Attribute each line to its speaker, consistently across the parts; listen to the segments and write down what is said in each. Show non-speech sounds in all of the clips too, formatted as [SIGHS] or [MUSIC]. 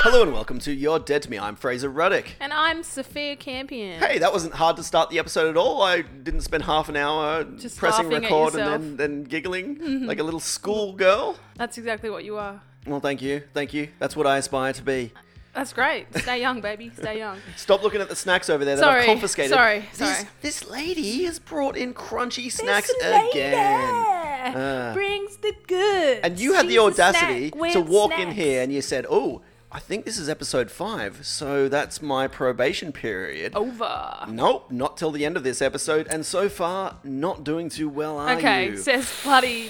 Speaker 1: Hello and welcome to You're Dead to Me. I'm Fraser Ruddick.
Speaker 2: And I'm Sophia Campion.
Speaker 1: Hey, that wasn't hard to start the episode at all. I didn't spend half an hour
Speaker 2: Just
Speaker 1: pressing
Speaker 2: laughing at
Speaker 1: record and
Speaker 2: yourself.
Speaker 1: then, then giggling
Speaker 2: [LAUGHS]
Speaker 1: like a little schoolgirl.
Speaker 2: That's exactly what you are.
Speaker 1: Well, thank you. Thank you. That's what I aspire to be.
Speaker 2: That's great. Stay young, baby. Stay young.
Speaker 1: Stop looking at the snacks over there that I've
Speaker 2: Sorry.
Speaker 1: confiscated.
Speaker 2: Sorry.
Speaker 1: This-
Speaker 2: Sorry.
Speaker 1: This, lady has brought in crunchy [LAUGHS] snacks
Speaker 2: This lady
Speaker 1: again. Ah.
Speaker 2: brings the goods.
Speaker 1: And you had
Speaker 2: She's
Speaker 1: the
Speaker 2: a
Speaker 1: audacity
Speaker 2: snack with
Speaker 1: to walk in
Speaker 2: snacks.
Speaker 1: here and you said, Oh, I think this is episode five, so that's my probation period.
Speaker 2: Over.
Speaker 1: Nope, not till the end of this episode, and so far, not doing too well, are
Speaker 2: Okay,
Speaker 1: you?
Speaker 2: says bloody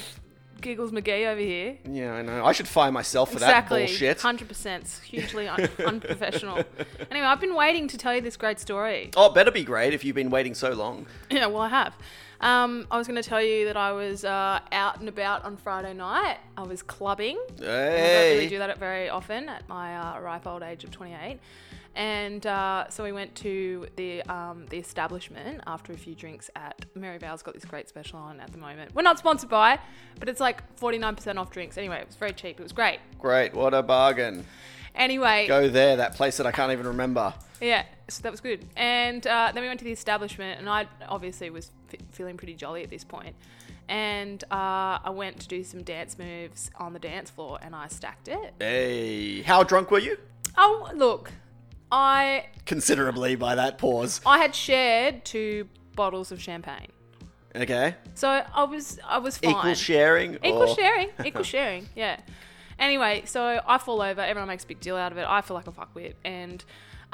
Speaker 2: Giggles McGee over here.
Speaker 1: yeah, I know. I should fire myself for
Speaker 2: exactly.
Speaker 1: that bullshit.
Speaker 2: 100%. It's hugely un- [LAUGHS] unprofessional. Anyway, I've been waiting to tell you this great story.
Speaker 1: Oh, it better be great if you've been waiting so long.
Speaker 2: Yeah, well, I have. Um, I was going to tell you that I was uh, out and about on Friday night. I was clubbing. I don't
Speaker 1: Hey.
Speaker 2: really do that very often at my uh, ripe old age of 28. And uh, so we went to the um, the establishment after a few drinks at Mary Vale's got this great special on at the moment. We're not sponsored by, but it's like 49% off drinks. Anyway, it was very cheap. It was great.
Speaker 1: Great, what a bargain.
Speaker 2: Anyway,
Speaker 1: Go there, that place that I can't even remember.
Speaker 2: yeah, so that was good. And uh, then we went to the establishment, and I obviously was f- feeling pretty jolly at this point. And uh, I went to do some dance moves on the dance floor, and I stacked it.
Speaker 1: Hey, how drunk were you?
Speaker 2: Oh, look, I
Speaker 1: Considerably by that pause.
Speaker 2: I had shared two bottles of champagne,
Speaker 1: Okay,
Speaker 2: so I was I was fine.
Speaker 1: equal sharing.
Speaker 2: Equal
Speaker 1: or- [LAUGHS]
Speaker 2: sharing. Equal sharing. Yeah. Anyway, so I fall over. Everyone makes a big deal out of it. I feel like a fuckwit, and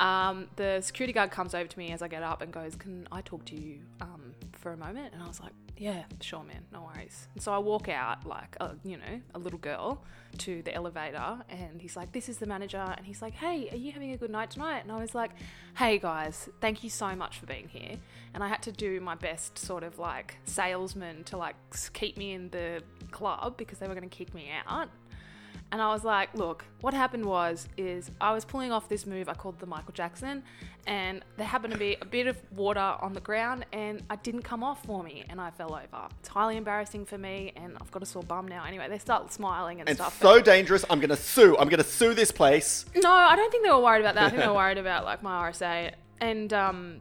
Speaker 2: um, the security guard comes over to me as I get up and goes, "Can I talk to you um, for a moment?" And I was like, "Yeah, sure, man. No worries." And so I walk out like a, you know a little girl to the elevator, and he's like, "This is the manager," and he's like, "Hey, are you having a good night tonight?" And I was like, "Hey guys, thank you so much for being here." And I had to do my best sort of like salesman to like s- keep me in the club because they were going to kick me out. And I was like, look, what happened was is I was pulling off this move I called the Michael Jackson and there happened to be a bit of water on the ground and I didn't come off for me and I fell over. It's highly embarrassing for me and I've got a sore bum now. Anyway, they start smiling and,
Speaker 1: And
Speaker 2: stuff.
Speaker 1: so dangerous, I'm gonna sue. I'm gonna sue this place.
Speaker 2: No, I don't think they were worried about that. I think they were worried about like my RSA and um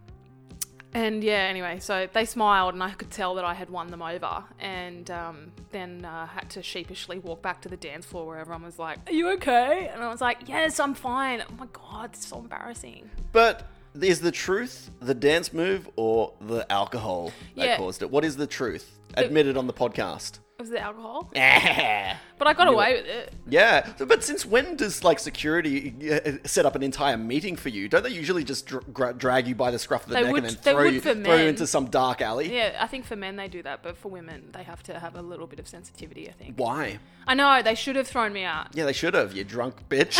Speaker 2: and yeah. Anyway, so they smiled and I could tell that I had won them over. And um, then uh, had to sheepishly walk back to the dance floor where everyone was like, "Are you okay?" And I was like, "Yes, I'm fine." Oh my god, it's so embarrassing.
Speaker 1: But is the truth the dance move or the alcohol that
Speaker 2: Yeah.
Speaker 1: caused it? What is the truth? Admit it on the
Speaker 2: [LAUGHS]
Speaker 1: podcast.
Speaker 2: It was the alcohol,
Speaker 1: yeah.
Speaker 2: but I got away with it.
Speaker 1: So- But since when does like security uh, set up an entire meeting for you? Don't they usually just dr- gra- drag you by the scruff of the
Speaker 2: They
Speaker 1: neck
Speaker 2: would-
Speaker 1: and then
Speaker 2: they
Speaker 1: throw
Speaker 2: would
Speaker 1: you,
Speaker 2: for
Speaker 1: throw you
Speaker 2: men.
Speaker 1: into some dark alley?
Speaker 2: Yeah, I think for men they do that, but for women they have to have a little bit of sensitivity. I think.
Speaker 1: Why?
Speaker 2: I know they should have thrown me out.
Speaker 1: Yeah, they should have. You drunk
Speaker 2: [LAUGHS]
Speaker 1: bitch.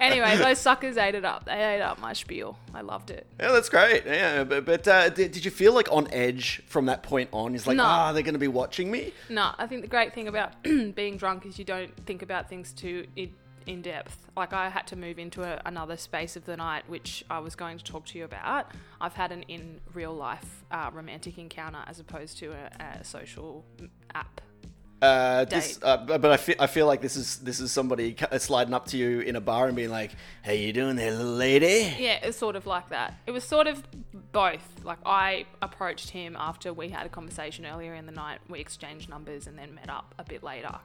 Speaker 2: anyway, those suckers ate it up. They ate up my spiel. I loved it.
Speaker 1: yeah, that's great. Yeah, but, but uh, did, did you feel like on edge from that point on? It's like,
Speaker 2: No.
Speaker 1: ah, they're going to be watching me.
Speaker 2: No, I think the great thing about [CLEARS THROAT] being drunk is you don't think about things too in, in depth. Like I had to move into a, another space of the night, which I was going to talk to you about. I've had an in real life uh, romantic encounter as opposed to a, a social app.
Speaker 1: Uh, this,
Speaker 2: date.
Speaker 1: uh, but but I feel, I feel like this is this is somebody cu- sliding up to you in a bar and being like, "How you doing there, little lady?"
Speaker 2: Yeah, it was sort of like that. It was sort of both. Like I approached him after we had a conversation earlier in the night. We exchanged numbers and then met up a bit later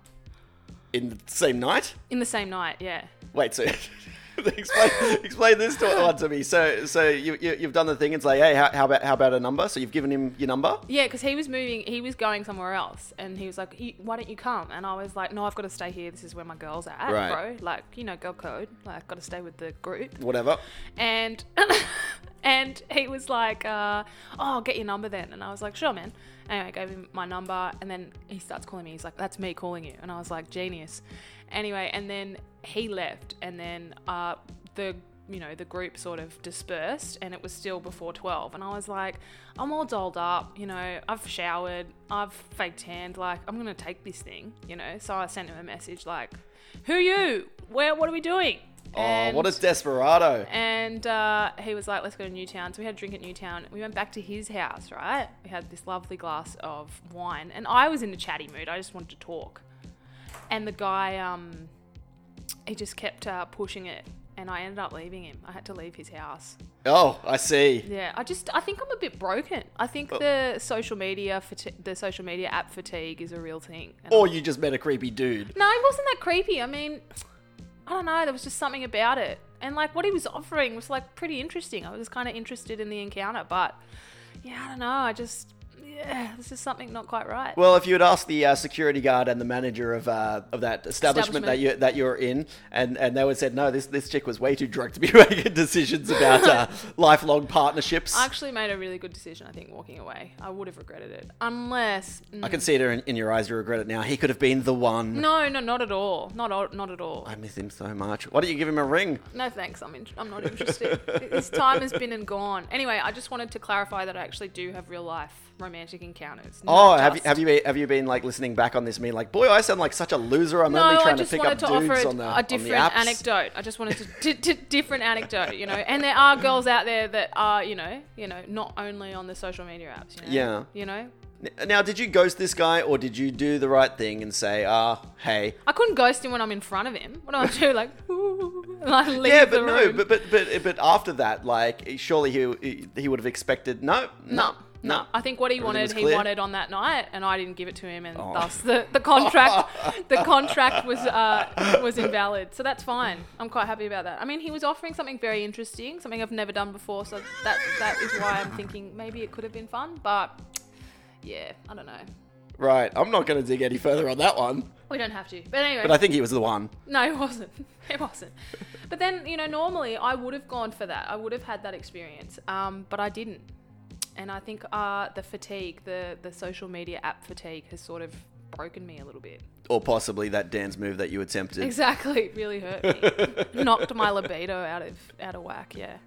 Speaker 1: In the same night.
Speaker 2: in the same night. Yeah.
Speaker 1: Wait, so [LAUGHS] explain [LAUGHS] explain this to, one to me. So so you, you you've done the thing. It's like, hey, how, how about how about a number? So you've given him your number.
Speaker 2: Yeah, because he was moving, he was going somewhere else, and he was like, "You- "Why don't you come?" And I was like, "No, I've got to stay here. This is where my girls are at,
Speaker 1: Right.
Speaker 2: bro. Like, you know, girl code. Like, I've got to stay with the group."
Speaker 1: Whatever.
Speaker 2: And [LAUGHS] and he was like, uh, "Oh, I'll get your number then." And I was like, "Sure, man." Anyway, I gave him my number, and then he starts calling me. He's like, "That's me calling you," and I was like, "Genius." Anyway, and then he left, and then uh, the you know the group sort of dispersed, and it was still before twelve. And I was like, "I'm all dolled up, you know. I've showered, I've fake tanned. Like, I'm gonna take this thing, you know." So I sent him a message like, "Who you? Where? What are we doing?"
Speaker 1: Oh, what
Speaker 2: And-
Speaker 1: a desperado!
Speaker 2: and uh, he was like, let's go to Newtown. So we had a drink at Newtown. We went back to his house, right? We had this lovely glass of wine. And I was in a chatty mood. I just wanted to talk. And the guy, um, he just kept uh, pushing it, and I ended up leaving him. I had to leave his house.
Speaker 1: Oh, I see.
Speaker 2: Yeah, I just I think I'm a bit broken. I think the social media fati- the social media app fatigue is a real thing. And
Speaker 1: Or you just met a creepy dude.
Speaker 2: No, it wasn't that creepy. I mean, I don't know. There was just something about it, and like what he was offering was like pretty interesting. I was kind of interested in the encounter, but yeah, I don't know. I just yeah, there's just something not quite right.
Speaker 1: Well, if you had asked the uh, security guard and the manager of uh, of that establishment, that you
Speaker 2: Establishment.
Speaker 1: that you're in, and, and they would have said, no, this this chick was way too drunk to be [LAUGHS] making decisions about
Speaker 2: [LAUGHS]
Speaker 1: uh, lifelong partnerships.
Speaker 2: I
Speaker 1: I,
Speaker 2: actually made a really good decision. I think walking away. I would have regretted it unless mm,
Speaker 1: can see it in, in your eyes. You regret it now. He could have been the one.
Speaker 2: no, no, not at all. Not al- not at all.
Speaker 1: I miss him so much. Why don't you give him a ring?
Speaker 2: No thanks, I'm in, I'm not interested. [LAUGHS] His time has been and gone. Anyway, I just wanted to clarify that I actually do have real life romantic encounters.
Speaker 1: Oh,
Speaker 2: not
Speaker 1: have you
Speaker 2: just-
Speaker 1: have you been have you been like listening back on this? Me like, boy, I sound like such a loser. I'm
Speaker 2: No,
Speaker 1: only
Speaker 2: I
Speaker 1: trying to
Speaker 2: just
Speaker 1: pick
Speaker 2: wanted
Speaker 1: up
Speaker 2: to
Speaker 1: dudes
Speaker 2: offer a,
Speaker 1: on the
Speaker 2: a
Speaker 1: on the
Speaker 2: different
Speaker 1: apps.
Speaker 2: anecdote. I just wanted to di di different anecdote, you know. And there are girls out there that are, you know, you know, not only on the social media apps. You know,
Speaker 1: Yeah.
Speaker 2: You know,
Speaker 1: N- Now, did you ghost this guy, or did you do the right thing and say, ah, hey?
Speaker 2: I couldn't ghost him when I'm in front of him. What do I do? Like, [LAUGHS] ooh, like leave
Speaker 1: yeah,
Speaker 2: the
Speaker 1: but no,
Speaker 2: room.
Speaker 1: but, but but but after that, like, surely he he would have expected no,
Speaker 2: No, no.
Speaker 1: no.
Speaker 2: I think what he
Speaker 1: Everything was
Speaker 2: wanted, he
Speaker 1: clear. Oh.
Speaker 2: wanted on that night, and I didn't give it to him, and thus the, the
Speaker 1: [LAUGHS]
Speaker 2: contract the contract was uh, was invalid. So that's fine. I'm quite happy about that. I mean, he was offering something very interesting, something I've never done before. So that that is why I'm thinking maybe it could have been fun, but yeah, I don't know.
Speaker 1: Right, I'm not going to dig any further on that one.
Speaker 2: We don't have to. But anyway,
Speaker 1: But I think he was the one.
Speaker 2: no, it wasn't. [LAUGHS] It wasn't. But then, you know, normally I would have gone for that. I would have had that experience, um, but I didn't. And I think uh, the fatigue, the the social media app fatigue, has sort of broken me a little bit.
Speaker 1: Or possibly that dance move that you attempted.
Speaker 2: Exactly, it really hurt
Speaker 1: [LAUGHS]
Speaker 2: me. Knocked my libido out of out of whack. Yeah,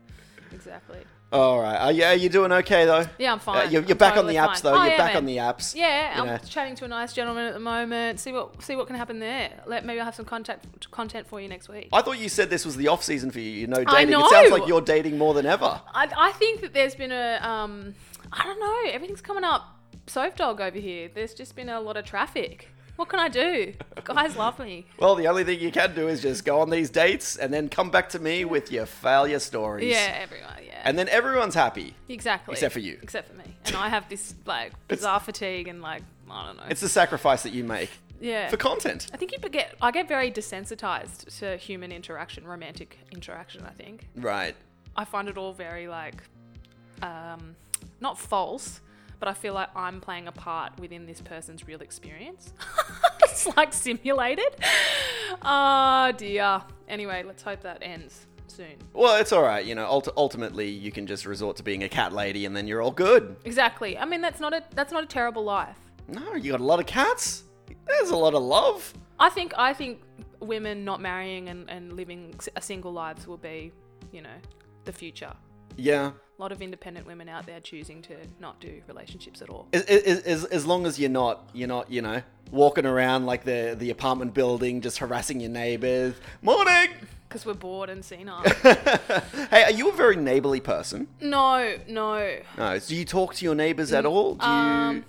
Speaker 2: exactly.
Speaker 1: All right. Are you, are you doing okay, though?
Speaker 2: Yeah, I'm fine.
Speaker 1: Uh, you're you're
Speaker 2: I'm
Speaker 1: back
Speaker 2: totally
Speaker 1: on the apps,
Speaker 2: fine.
Speaker 1: though.
Speaker 2: I
Speaker 1: you're
Speaker 2: am,
Speaker 1: back
Speaker 2: man.
Speaker 1: on the apps.
Speaker 2: Yeah,
Speaker 1: you
Speaker 2: I'm
Speaker 1: know.
Speaker 2: chatting to a nice gentleman at the moment. See what see what can happen there. Let maybe I'll have some contact content for you next week.
Speaker 1: I thought you said this was the off season for you. You know, dating.
Speaker 2: I
Speaker 1: It sounds
Speaker 2: know.
Speaker 1: like you're dating more than ever.
Speaker 2: I, I think that there's been a um, I don't know. Everything's coming up soap dog over here. There's just been a lot of traffic. What can I do? Guys love
Speaker 1: [LAUGHS]
Speaker 2: me.
Speaker 1: Well, the only thing you can do is just go on these dates and then come back to me with your failure stories.
Speaker 2: Yeah, everyone. Yeah,
Speaker 1: And then everyone's happy.
Speaker 2: exactly.
Speaker 1: except for you.
Speaker 2: Except for me. And I have this like
Speaker 1: [LAUGHS]
Speaker 2: bizarre fatigue and like I don't know.
Speaker 1: It's the sacrifice that you make
Speaker 2: yeah.
Speaker 1: for content.
Speaker 2: I think you get I get very desensitized to human interaction, romantic interaction. I think
Speaker 1: Right.
Speaker 2: I find it all very like, um, not false, but I feel like I'm playing a part within this person's real experience. [LAUGHS] it's like simulated. Oh dear. Anyway, let's hope that ends soon.
Speaker 1: Well, it's all right. You know, ult- ultimately, you can just resort to being a cat lady and then you're all good.
Speaker 2: Exactly. I mean, that's not a that's not a terrible life.
Speaker 1: No, you got a lot of cats. There's a lot of love.
Speaker 2: I think I think women not marrying and, and living s- a single lives will be, you know, the future.
Speaker 1: Yeah.
Speaker 2: A lot of independent women out there choosing to not do relationships at all.
Speaker 1: As, as, as, as long as you're not, you're not, you know, walking around like the, the apartment building, just harassing your neighbors. Morning!
Speaker 2: Because we're bored and senile.
Speaker 1: Hey, are you a very neighborly person?
Speaker 2: no, no.
Speaker 1: No. Do you talk to your neighbors at all? Do you.
Speaker 2: Mm, Um,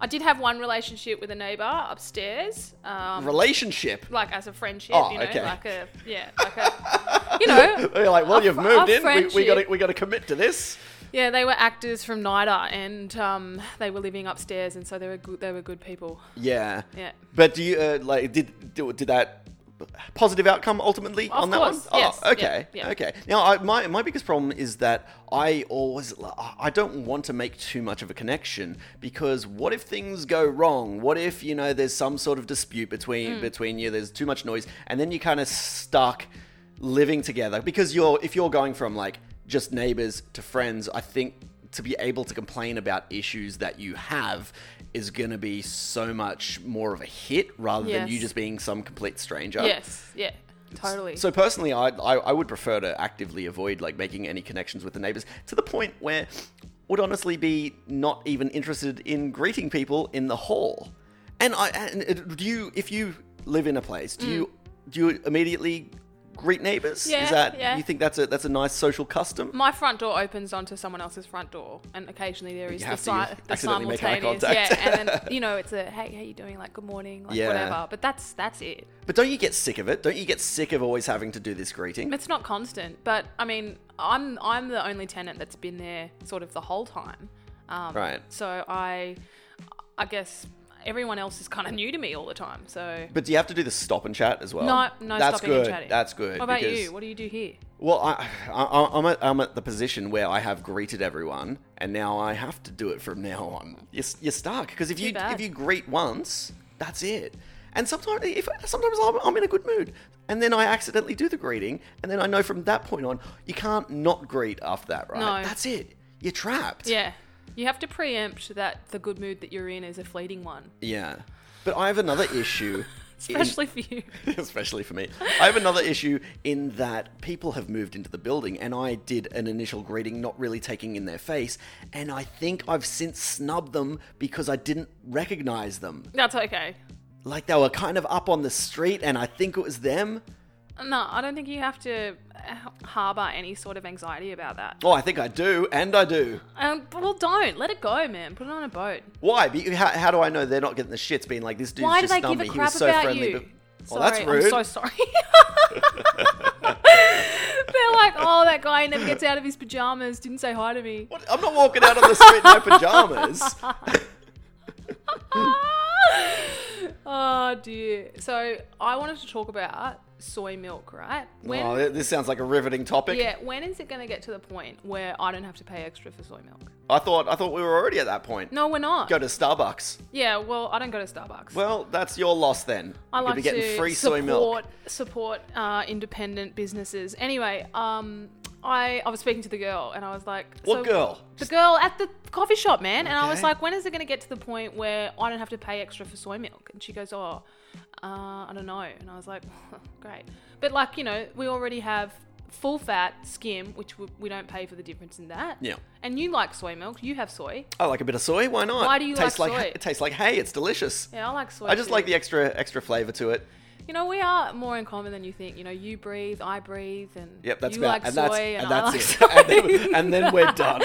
Speaker 2: I did have one relationship with a neighbor upstairs, um,
Speaker 1: relationship? [LAUGHS]
Speaker 2: like as a friendship,
Speaker 1: Oh,
Speaker 2: you know,
Speaker 1: okay.
Speaker 2: like a yeah, like a
Speaker 1: [LAUGHS]
Speaker 2: you know,
Speaker 1: You're like, well,
Speaker 2: a
Speaker 1: you've
Speaker 2: fr-
Speaker 1: moved
Speaker 2: a
Speaker 1: in. We, we
Speaker 2: friendship.
Speaker 1: got we got to commit to this.
Speaker 2: yeah. They were actors from NIDA, and um, they were living upstairs, and so they were good. They were good people.
Speaker 1: Yeah.
Speaker 2: Yeah.
Speaker 1: But do you uh, like did do- did that positive outcome ultimately
Speaker 2: Of
Speaker 1: on that
Speaker 2: course,
Speaker 1: one?
Speaker 2: yes,
Speaker 1: Oh, okay.
Speaker 2: yeah, yeah.
Speaker 1: Okay. Now, I, my my biggest problem is that I always I don't want to make too much of a connection because what if things go wrong? What if you know there's some sort of dispute between
Speaker 2: Hmm.
Speaker 1: between you? There's too much noise, and then you kind of stuck living together because you're if you're going from like just neighbors to friends, I think to be able to complain about issues that you have is going to be so much more of a hit rather than
Speaker 2: Yes.
Speaker 1: you just being some complete stranger.
Speaker 2: Yes, yeah, totally.
Speaker 1: So personally, I, I I would prefer to actively avoid like making any connections with the neighbors to the point where would honestly be not even interested in greeting people in the hall. uh, And I and it- do you if you live in a place, do you do you immediately greet neighbors?
Speaker 2: Mm. Yeah,
Speaker 1: Is that
Speaker 2: yeah. Mm.
Speaker 1: you think that's a that's a nice social custom?
Speaker 2: My front door opens onto someone else's front door, and occasionally there is
Speaker 1: You
Speaker 2: the,
Speaker 1: have
Speaker 2: si-
Speaker 1: to
Speaker 2: the
Speaker 1: accidentally
Speaker 2: simultaneous.
Speaker 1: make eye contact.
Speaker 2: Yeah,
Speaker 1: [LAUGHS]
Speaker 2: and then you know it's a hey, how you doing? Like good morning, like
Speaker 1: Yeah.
Speaker 2: whatever. But that's that's it.
Speaker 1: But don't you get sick of it? Don't you get sick of always having to do this greeting?
Speaker 2: It's not constant, but I mean, I'm I'm the only tenant that's been there sort of the whole time. Um,
Speaker 1: Right.
Speaker 2: So I, I guess everyone else is kind of new to me all the time. So
Speaker 1: But do you have to do the stop and chat as well?
Speaker 2: no, no
Speaker 1: that's
Speaker 2: stopping
Speaker 1: good.
Speaker 2: and chatting.
Speaker 1: That's good.
Speaker 2: What about
Speaker 1: because-
Speaker 2: you? What do you do here?
Speaker 1: Well, I, I, I'm, at, I'm at the position where I have greeted everyone, and now I have to do it from now on. You're, you're stuck because if you
Speaker 2: bad.
Speaker 1: if you greet once, that's it. And sometimes, if sometimes I'm, I'm in a good mood, and then I accidentally do the greeting, and then I know from that point on, you can't not greet after that, right?
Speaker 2: No.
Speaker 1: That's it. You're trapped.
Speaker 2: Yeah, you have to preempt that the good mood that you're in is a fleeting one,
Speaker 1: Yeah. But I have another issue. in-
Speaker 2: [LAUGHS] especially for you. [LAUGHS]
Speaker 1: [LAUGHS] especially for me. I have another issue in that people have moved into the building, and I did an initial greeting, not really taking in their face, and I think I've since snubbed them because I didn't recognize them.
Speaker 2: That's okay.
Speaker 1: Like they were kind of up on the street, and I think it was them.
Speaker 2: No, I don't think you have to harbor any sort of anxiety about that.
Speaker 1: Oh, I think I do, and I do.
Speaker 2: Um, but- well, don't let it go, man. Put it on a boat.
Speaker 1: Why? Be- How, how do I know they're not getting the shits? Being like, this dude
Speaker 2: Why do
Speaker 1: just
Speaker 2: they
Speaker 1: snubbed
Speaker 2: give a
Speaker 1: me.
Speaker 2: crap
Speaker 1: he was so
Speaker 2: about
Speaker 1: friendly,
Speaker 2: you?
Speaker 1: but well,
Speaker 2: sorry,
Speaker 1: that's rude.
Speaker 2: I'm so sorry. [LAUGHS] They're like, oh, that guy never gets out of his pajamas. Didn't say hi
Speaker 1: [LAUGHS]
Speaker 2: to me.
Speaker 1: What? I'm not walking out on the street in
Speaker 2: [LAUGHS]
Speaker 1: my pajamas.
Speaker 2: oh dear. So I wanted to talk about soy milk, right? When?
Speaker 1: Oh, th- this sounds like a riveting topic.
Speaker 2: yeah. When is it going to get to the point where I don't have to pay extra for soy milk?
Speaker 1: I thought I thought we were already at that point.
Speaker 2: No, we're not.
Speaker 1: Go to Starbucks.
Speaker 2: Yeah. Well, I don't go to Starbucks.
Speaker 1: Well, that's your loss then.
Speaker 2: I
Speaker 1: You'll
Speaker 2: like
Speaker 1: be getting
Speaker 2: to
Speaker 1: free
Speaker 2: support
Speaker 1: soy milk.
Speaker 2: support uh, independent businesses. Anyway, um, I I was speaking to the girl and I was like,
Speaker 1: What girl?
Speaker 2: The girl at the coffee shop, man. And I was
Speaker 1: Okay.
Speaker 2: like, when is it going to get to the point where I don't have to pay extra for soy milk? And she goes, oh, uh, I don't know. And I was like, [LAUGHS] great. But like you know, we already have full fat skim, which we, we don't pay for the difference in that.
Speaker 1: Yeah.
Speaker 2: And you like soy milk? You have soy.
Speaker 1: I like a bit of soy. Why not?
Speaker 2: Why do you
Speaker 1: tastes
Speaker 2: like soy?
Speaker 1: [LAUGHS] It tastes like hay. It's delicious.
Speaker 2: Yeah, I like soy.
Speaker 1: I just
Speaker 2: too.
Speaker 1: like the extra extra flavor to it.
Speaker 2: You know, we are more in common than you think. You know, you breathe, I breathe, and
Speaker 1: Yep, that's
Speaker 2: you
Speaker 1: about
Speaker 2: like
Speaker 1: and
Speaker 2: soy,
Speaker 1: that's
Speaker 2: and,
Speaker 1: and that's it.
Speaker 2: I like
Speaker 1: [LAUGHS]
Speaker 2: soy.
Speaker 1: and, then, and then we're done.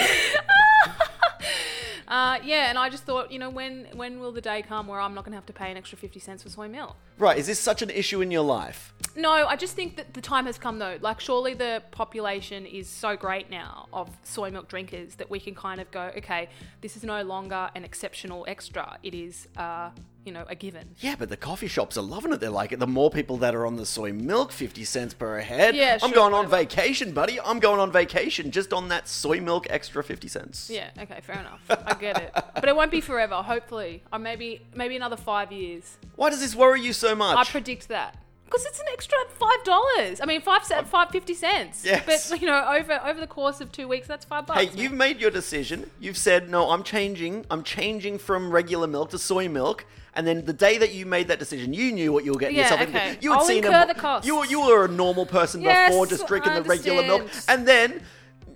Speaker 2: [LAUGHS] uh, yeah, and I just thought, you know, when when will the day come where I'm not going to have to pay an extra fifty cents for soy milk?
Speaker 1: Right, is this such an issue in your life?
Speaker 2: No, I just think that the time has come though. Like, surely the population is so great now of soy milk drinkers that we can kind of go, okay, this is no longer an exceptional extra. It is, uh, you know, a given.
Speaker 1: Yeah, but the coffee shops are loving it. They're like it. The more people that are on the soy milk, fifty cents per head.
Speaker 2: Yeah,
Speaker 1: I'm
Speaker 2: sure,
Speaker 1: going on vacation, buddy. I'm going on vacation just on that soy milk extra fifty cents.
Speaker 2: Yeah. Okay. Fair enough. I get it. But it won't be forever. Hopefully, or maybe maybe another five years.
Speaker 1: Why does this worry you so much?
Speaker 2: I predict that because it's an extra five dollars. I mean, five cent, five fifty cents.
Speaker 1: Yes.
Speaker 2: But you know, over over the course of two weeks, that's five bucks.
Speaker 1: Hey, you've made your decision. You've said, no, I'm changing. I'm changing from regular milk to soy milk. And then the day that you made that decision, you knew what you were getting
Speaker 2: Yeah,
Speaker 1: yourself into.
Speaker 2: okay.
Speaker 1: You had
Speaker 2: I'll
Speaker 1: seen
Speaker 2: incur
Speaker 1: a,
Speaker 2: the costs.
Speaker 1: You, were- you were a normal person
Speaker 2: Yes,
Speaker 1: before, just drinking
Speaker 2: I
Speaker 1: the regular milk.
Speaker 2: understand.
Speaker 1: And then.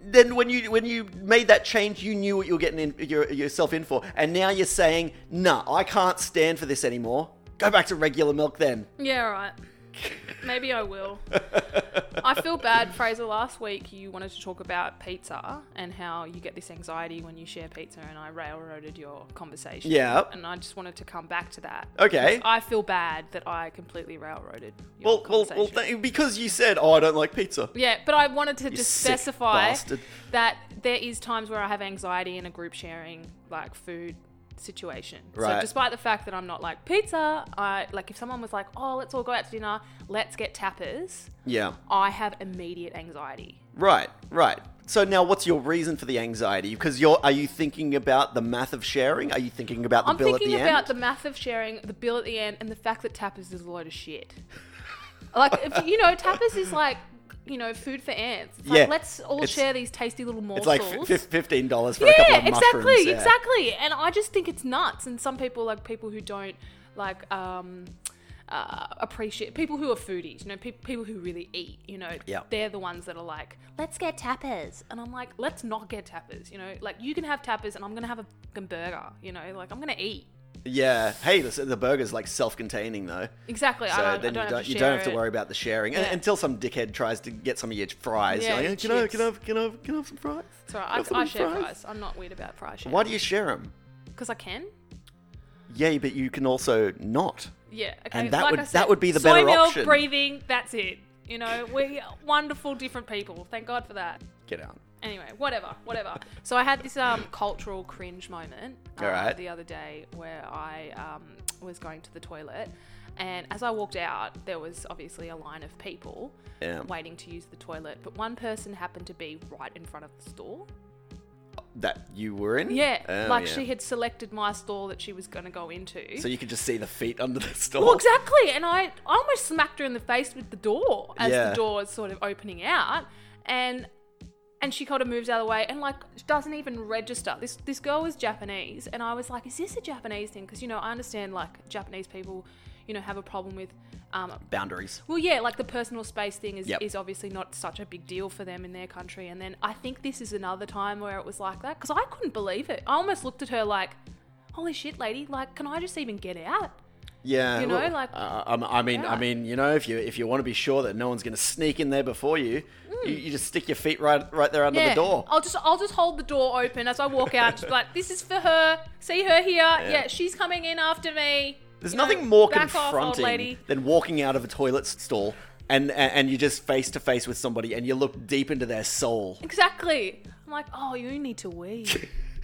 Speaker 1: Then when you when you made that change, you knew what you were getting in, your, yourself in for, and now you're saying, "Nah, I can't stand for this anymore. Go back to regular milk." Then
Speaker 2: Yeah. All right. Maybe
Speaker 1: [LAUGHS]
Speaker 2: I will. I feel bad, Fraser. Last week you wanted to talk about pizza and how you get this anxiety when you share pizza, and I railroaded your conversation.
Speaker 1: Yeah.
Speaker 2: And I just wanted to come back to that.
Speaker 1: Okay.
Speaker 2: Because I feel bad that I completely railroaded your
Speaker 1: well, well,
Speaker 2: conversation.
Speaker 1: well, th- because you said, "Oh, I don't like pizza."
Speaker 2: Yeah, but I wanted to just
Speaker 1: sick
Speaker 2: specify
Speaker 1: bastard.
Speaker 2: that there is times where I have anxiety in a group sharing like food situation.
Speaker 1: Right.
Speaker 2: So despite the fact that I'm not like pizza, I like if someone was like, "Oh, let's all go out to dinner, let's get tappers,"
Speaker 1: Yeah.
Speaker 2: I have immediate anxiety.
Speaker 1: Right, right. So now, what's your reason for the anxiety? Because you're, are you thinking about the math of sharing? Are you thinking about the
Speaker 2: I'm
Speaker 1: bill at
Speaker 2: thinking
Speaker 1: the
Speaker 2: about
Speaker 1: end?
Speaker 2: the math of sharing, the bill at the end, and the fact that tappers is a load of shit. like if, you know, tappers is like you know food for ants. It's like,
Speaker 1: Yeah,
Speaker 2: let's all
Speaker 1: it's-
Speaker 2: share these tasty little
Speaker 1: It's
Speaker 2: morsels.
Speaker 1: like f- fif- fifteen dollars for a couple
Speaker 2: yeah,
Speaker 1: of
Speaker 2: exactly,
Speaker 1: mushrooms. yeah.
Speaker 2: exactly. And I just think it's nuts. And some people, like people who don't like um, uh, appreciate people who are foodies, you know, peop people who really eat, you know,
Speaker 1: Yeah.
Speaker 2: they're the ones that are like, let's get tappers. And I'm like, let's not get tappers. You know, like you can have tappers, and I'm gonna have a fucking burger. You know, like I'm gonna eat.
Speaker 1: Yeah. Hey, the, the burger's like self-containing though.
Speaker 2: Exactly.
Speaker 1: So
Speaker 2: I don't,
Speaker 1: then
Speaker 2: I
Speaker 1: you
Speaker 2: don't
Speaker 1: don't
Speaker 2: have to
Speaker 1: you
Speaker 2: share
Speaker 1: don't have to
Speaker 2: it.
Speaker 1: worry about the sharing And-
Speaker 2: Yeah.
Speaker 1: until some dickhead tries to get some of your fries.
Speaker 2: Yeah,
Speaker 1: You're
Speaker 2: and
Speaker 1: like, "Oh, can I,
Speaker 2: chips.
Speaker 1: can I have, can I have, can I have some fries?
Speaker 2: It's all
Speaker 1: Can
Speaker 2: right.
Speaker 1: have
Speaker 2: I,
Speaker 1: some
Speaker 2: I share
Speaker 1: fries?
Speaker 2: fries. I'm not weird about fries.
Speaker 1: Why do you share them?
Speaker 2: Because I can.
Speaker 1: Yeah, but you can also not.
Speaker 2: Yeah. Okay.
Speaker 1: And that
Speaker 2: like
Speaker 1: would-
Speaker 2: I
Speaker 1: that
Speaker 2: said,
Speaker 1: would be the
Speaker 2: soy
Speaker 1: better
Speaker 2: milk,
Speaker 1: option.
Speaker 2: breathing. That's it. You know, we are wonderful different people. Thank God for that.
Speaker 1: Get out.
Speaker 2: Anyway, whatever, whatever. So I had this um, cultural cringe moment uh,
Speaker 1: All right.
Speaker 2: the other day where I um, was going to the toilet, and as I walked out, there was obviously a line of people
Speaker 1: Yeah.
Speaker 2: waiting to use the toilet, but one person happened to be right in front of the stall.
Speaker 1: That you were in?
Speaker 2: Yeah,
Speaker 1: Oh,
Speaker 2: like
Speaker 1: yeah.
Speaker 2: she had selected my stall that she was going to go into.
Speaker 1: So you could just see the feet under the [LAUGHS] store.
Speaker 2: well, exactly, and I, I almost smacked her in the face with the door as
Speaker 1: Yeah.
Speaker 2: the door is sort of opening out, and and she kind of moves out of the way and like doesn't even register. This this girl was Japanese, and I was like, is this a Japanese thing? Because you know I understand like Japanese people, you know, have a problem with um,
Speaker 1: Boundaries.
Speaker 2: well, yeah, like the personal space thing is,
Speaker 1: Yep.
Speaker 2: is obviously not such a big deal for them in their country. And then I think this is another time where it was like that because I couldn't believe it. I almost looked at her like, holy shit, lady, like, can I just even get out?
Speaker 1: Yeah.
Speaker 2: You know,
Speaker 1: well,
Speaker 2: like-
Speaker 1: uh, um, I mean, I
Speaker 2: Yeah.
Speaker 1: mean, you know, if you if you want to be sure that no one's going to sneak in there before you,
Speaker 2: Hmm.
Speaker 1: you, you just stick your feet right right there under the door.
Speaker 2: I'll just I'll just hold the door open as I walk out. just be like, this is for her. See her here. Yeah, she's coming in after me.
Speaker 1: There's
Speaker 2: You know,
Speaker 1: nothing more
Speaker 2: back off, old
Speaker 1: confronting
Speaker 2: lady.
Speaker 1: than walking out of a toilet stall and and, and you're just face to face with somebody and you look deep into their soul.
Speaker 2: Exactly. I'm like, oh, you need to wee.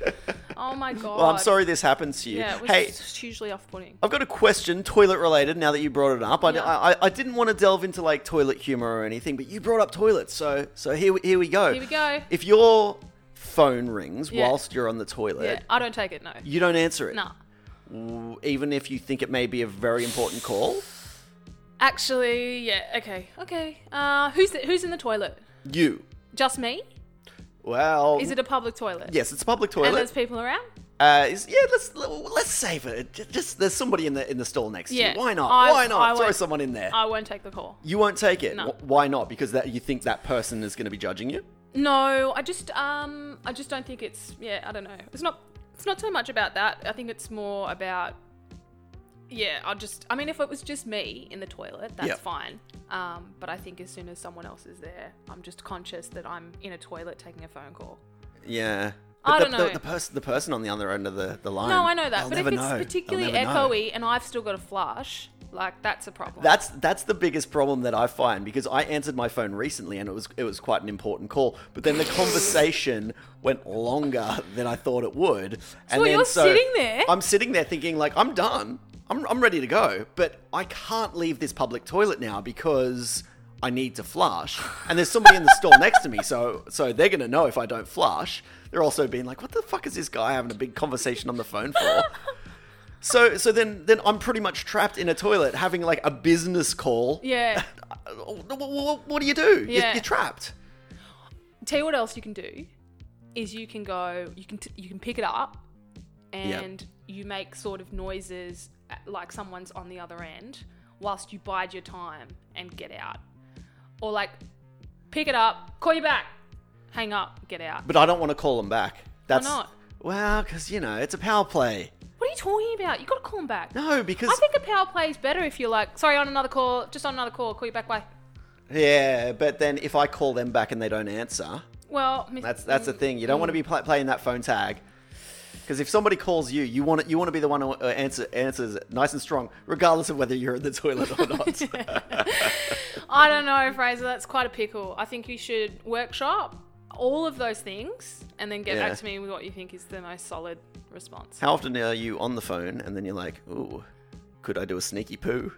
Speaker 1: [LAUGHS]
Speaker 2: oh my god.
Speaker 1: Well, I'm sorry this happens to you.
Speaker 2: Yeah, it was
Speaker 1: hey,
Speaker 2: hugely off-putting.
Speaker 1: I've got a question, toilet related. Now that you brought it up, I,
Speaker 2: Yeah.
Speaker 1: I, I didn't want to delve into like toilet humor or anything, but you brought up toilets, so so here we, here we go.
Speaker 2: Here we go.
Speaker 1: If your phone rings
Speaker 2: Yeah.
Speaker 1: whilst you're on the toilet,
Speaker 2: Yeah, I don't take it. No.
Speaker 1: you don't answer it,
Speaker 2: Nah.
Speaker 1: W- even if you think it may be a very important call.
Speaker 2: Actually, yeah. Okay. Okay. Uh, who's the, who's in the toilet?
Speaker 1: You,
Speaker 2: Just me?
Speaker 1: well,
Speaker 2: Is it a public toilet?
Speaker 1: yes, it's a public
Speaker 2: And
Speaker 1: toilet.
Speaker 2: there's people around.
Speaker 1: Uh, is, yeah, let's let's save it. J- Just there's somebody in the in the stall next
Speaker 2: Yeah.
Speaker 1: to you. Why not?
Speaker 2: I-
Speaker 1: Why not?
Speaker 2: I
Speaker 1: Throw
Speaker 2: won't-
Speaker 1: someone in there.
Speaker 2: I won't take the call.
Speaker 1: you won't take it.
Speaker 2: No.
Speaker 1: Wh- Why not? Because that you think that person is going to be judging you.
Speaker 2: No, I just um, I just don't think it's yeah. I don't know. It's not. It's not so much about that. I think it's more about yeah. I just. I mean, if it was just me in the toilet, that's
Speaker 1: Yeah.
Speaker 2: fine. Um, but I think as soon as someone else is there, I'm just conscious that I'm in a toilet taking a phone call.
Speaker 1: Yeah.
Speaker 2: I
Speaker 1: the,
Speaker 2: don't
Speaker 1: the-
Speaker 2: know.
Speaker 1: The, person, the person on the other end of the, the line.
Speaker 2: No, I know
Speaker 1: they'll
Speaker 2: that. but if
Speaker 1: never
Speaker 2: it's
Speaker 1: know. They'll
Speaker 2: particularly
Speaker 1: never know.
Speaker 2: echoey and I've still got a flush, like that's a problem.
Speaker 1: That's that's the biggest problem that I find because I answered my phone recently and it was it was quite an important call, but then the conversation went longer than I thought it would. And
Speaker 2: So
Speaker 1: then
Speaker 2: you're
Speaker 1: so
Speaker 2: sitting there?
Speaker 1: I'm sitting there thinking like I'm done. I'm I'm ready to go, but I can't leave this public toilet now because I need to flush. And there's somebody in the stall next to me, so so they're gonna know if I don't flush. They're also being like, What the fuck is this guy having a big conversation on the phone for? So so then then I'm pretty much trapped in a toilet having like a business call. [LAUGHS] Uh,
Speaker 2: yeah.
Speaker 1: What, what, do you do? You're,
Speaker 2: Yeah.
Speaker 1: you're trapped.
Speaker 2: Tell you what else you can do is you can go, you can t- you can pick it up, and you make sort of noises uh, like someone's on the other end whilst you bide your time and get out, or like pick it up, call you back, hang up, get out.
Speaker 1: But I don't want to call them back. That's
Speaker 2: not?
Speaker 1: Well, because you know it's a power play.
Speaker 2: What are you talking about? You got to call them back.
Speaker 1: No, because
Speaker 2: I think a power play is better if you're like, sorry, on another call, just on another call, call you back. Bye.
Speaker 1: yeah. But then if I call them back and they don't answer,
Speaker 2: Well, miss-
Speaker 1: that's that's the thing. You don't want to be pla playing that phone tag. Because if somebody calls you, you want it, you want to be the one who uh, answer, answers nice and strong, regardless of whether you're in the toilet or not.
Speaker 2: [LAUGHS]
Speaker 1: [LAUGHS]
Speaker 2: I don't know, Fraser. That's quite a pickle. I think you should workshop all of those things and then get
Speaker 1: Yeah.
Speaker 2: back to me with what you think is the most solid response.
Speaker 1: How often are you on the phone and then you're like, ooh, could I do a sneaky
Speaker 2: [LAUGHS]
Speaker 1: poo?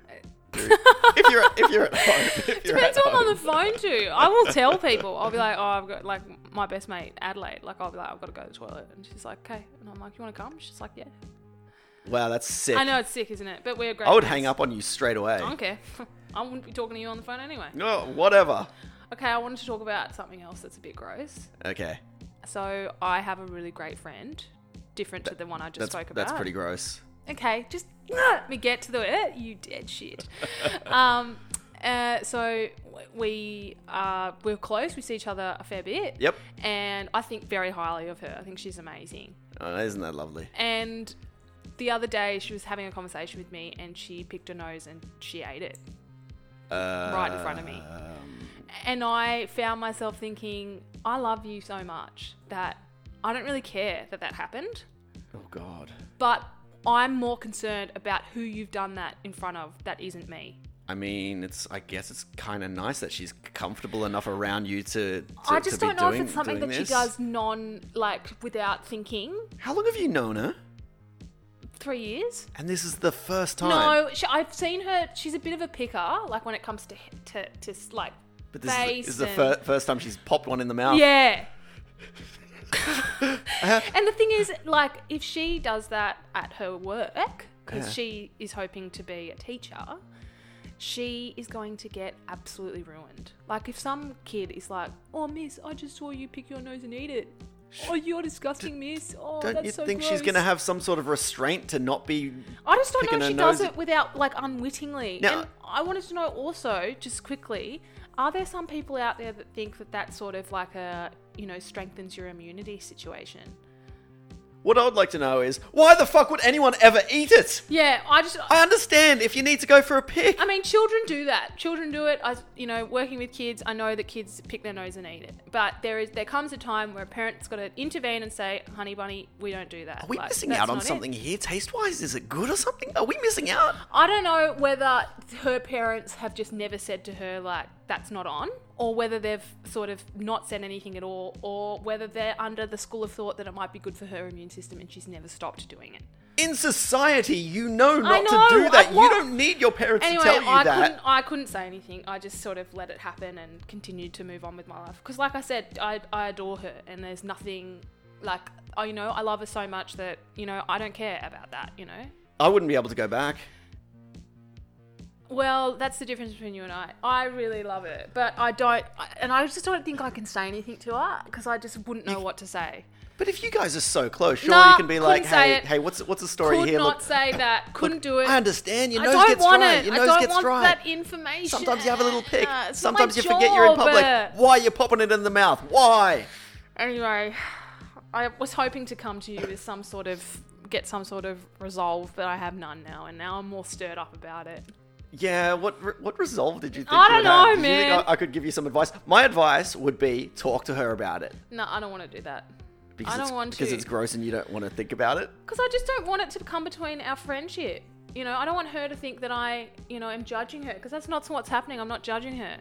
Speaker 1: if you're if you're at [LAUGHS] home, if you're
Speaker 2: Depends
Speaker 1: at
Speaker 2: who I'm
Speaker 1: home.
Speaker 2: on the phone to. I will tell people. I'll be like, oh, I've got like my best mate Adelaide. Like I'll be like, I've got to go to the toilet, and she's like, okay. And I'm like, you want to come? She's like, yeah.
Speaker 1: Wow, that's sick.
Speaker 2: I
Speaker 1: I,
Speaker 2: know it's sick, isn't it? But we're great.
Speaker 1: would
Speaker 2: mates.
Speaker 1: hang up on you straight away.
Speaker 2: I don't care. [LAUGHS] I wouldn't be talking to you on the phone anyway.
Speaker 1: No, whatever.
Speaker 2: Okay, I wanted to talk about something else that's a bit gross.
Speaker 1: Okay,
Speaker 2: So I have a really great friend, different to the one I just
Speaker 1: that's
Speaker 2: spoke about.
Speaker 1: that's pretty gross.
Speaker 2: okay, just let me get to the it, you dead shit. um, uh, so w- we uh, we're close. We see each other a fair bit.
Speaker 1: Yep.
Speaker 2: And I think very highly of her. I think she's amazing.
Speaker 1: Oh, isn't that Uh, lovely?
Speaker 2: And the other day she was having a conversation with me and she picked her nose and she ate it right in front of me.
Speaker 1: Um,
Speaker 2: And I found myself thinking, I love you so much that I don't really care that that happened,
Speaker 1: Oh God.
Speaker 2: but I'm more concerned about who you've done that in front of that isn't me.
Speaker 1: I mean, it's. I guess it's kind of nice that she's comfortable enough around you to. to
Speaker 2: I
Speaker 1: to
Speaker 2: just
Speaker 1: be
Speaker 2: don't know
Speaker 1: doing-
Speaker 2: if it's something that
Speaker 1: doing
Speaker 2: she
Speaker 1: this.
Speaker 2: does non, like, without thinking.
Speaker 1: How long have you known her?
Speaker 2: Three years?
Speaker 1: And this is the first time.
Speaker 2: No, she, I've seen her. She's a bit of a picker, like, when it comes to, to, to like,
Speaker 1: But this is the-
Speaker 2: face
Speaker 1: is the,
Speaker 2: and-
Speaker 1: fir- first time she's popped one in the mouth. [LAUGHS]
Speaker 2: Yeah.
Speaker 1: Uh-huh.
Speaker 2: and the thing is, like, if she does that at her work, because
Speaker 1: Yeah.
Speaker 2: she is hoping to be a teacher, she is going to get absolutely ruined. Like, if some kid is like, "Oh, miss, I just saw you pick your nose and eat it. Oh, you're disgusting, miss. Oh,
Speaker 1: Don't
Speaker 2: that's
Speaker 1: you
Speaker 2: so
Speaker 1: think
Speaker 2: gross.
Speaker 1: she's going to have some sort of restraint to not be?
Speaker 2: I just don't
Speaker 1: picking
Speaker 2: know if
Speaker 1: her
Speaker 2: she does
Speaker 1: nose-
Speaker 2: it without like unwittingly.
Speaker 1: Now-
Speaker 2: and I wanted to know also, just quickly, are there some people out there that think that that's sort of like a you know strengthens your immunity situation?
Speaker 1: What I would like to know is why the fuck would anyone ever eat it?
Speaker 2: Yeah, I just. I-
Speaker 1: I understand if you need to go for a pick.
Speaker 2: mean, children do that. Children do it. I, you know, working with kids, I know that kids pick their nose and eat it. But there is, there comes a time where a parent's got to intervene and say, "Honey bunny, we don't do that."
Speaker 1: Are we
Speaker 2: Like,
Speaker 1: missing
Speaker 2: that's
Speaker 1: out on
Speaker 2: not it.
Speaker 1: something here? Taste wise, is it good or something? Are we missing out?
Speaker 2: I don't know whether her parents have just never said to her like that's not on, or whether they've sort of not said anything at all, or whether they're under the school of thought that it might be good for her immune system and she's never stopped doing it.
Speaker 1: In society, you know not
Speaker 2: know,
Speaker 1: to do that.
Speaker 2: I-
Speaker 1: you
Speaker 2: what-
Speaker 1: don't need your parents
Speaker 2: Anyway,
Speaker 1: to tell you
Speaker 2: I
Speaker 1: that.
Speaker 2: couldn't I couldn't say anything. I just sort of let it happen and continued to move on with my life. Because like I said, I I adore her and there's nothing like oh you know, I love her so much that, you know, I don't care about that, you know?
Speaker 1: I wouldn't be able to go back.
Speaker 2: Well, that's the difference between you and I. I really love it, but I don't, I- and I just don't think I can say anything to her because I just wouldn't know what to say.
Speaker 1: But if you guys are so close, surely
Speaker 2: No,
Speaker 1: you can be
Speaker 2: couldn't
Speaker 1: like,
Speaker 2: say
Speaker 1: hey,
Speaker 2: it.
Speaker 1: hey, what's what's the story
Speaker 2: Could
Speaker 1: here?
Speaker 2: not
Speaker 1: Look,
Speaker 2: say that. Couldn't do it.
Speaker 1: I understand. Your
Speaker 2: I
Speaker 1: nose
Speaker 2: don't
Speaker 1: gets
Speaker 2: want
Speaker 1: dry.
Speaker 2: it.
Speaker 1: Your
Speaker 2: I
Speaker 1: nose
Speaker 2: don't
Speaker 1: gets
Speaker 2: want
Speaker 1: dry.
Speaker 2: that information.
Speaker 1: Sometimes you have a little pick.
Speaker 2: Uh, it's not my
Speaker 1: Sometimes you forget you're in public.
Speaker 2: job.
Speaker 1: Why are you popping it in the mouth? Why?
Speaker 2: Anyway, I was hoping to come to you with some sort of get some sort of resolve, but I have none now, and now I'm more stirred up about it.
Speaker 1: Yeah, what re- what resolve did you think?
Speaker 2: I
Speaker 1: you
Speaker 2: don't
Speaker 1: would have?
Speaker 2: know,
Speaker 1: Did you think
Speaker 2: man.
Speaker 1: I, I could give you some advice. My advice would be talk to her about it
Speaker 2: No, I don't want to do that
Speaker 1: because
Speaker 2: I don't
Speaker 1: it's,
Speaker 2: want
Speaker 1: because
Speaker 2: to.
Speaker 1: it's gross and you don't want to think about it.
Speaker 2: because I just don't want it to come between our friendship. You know, I don't want her to think that I, you know, am judging her because that's not what's happening. I'm not judging her.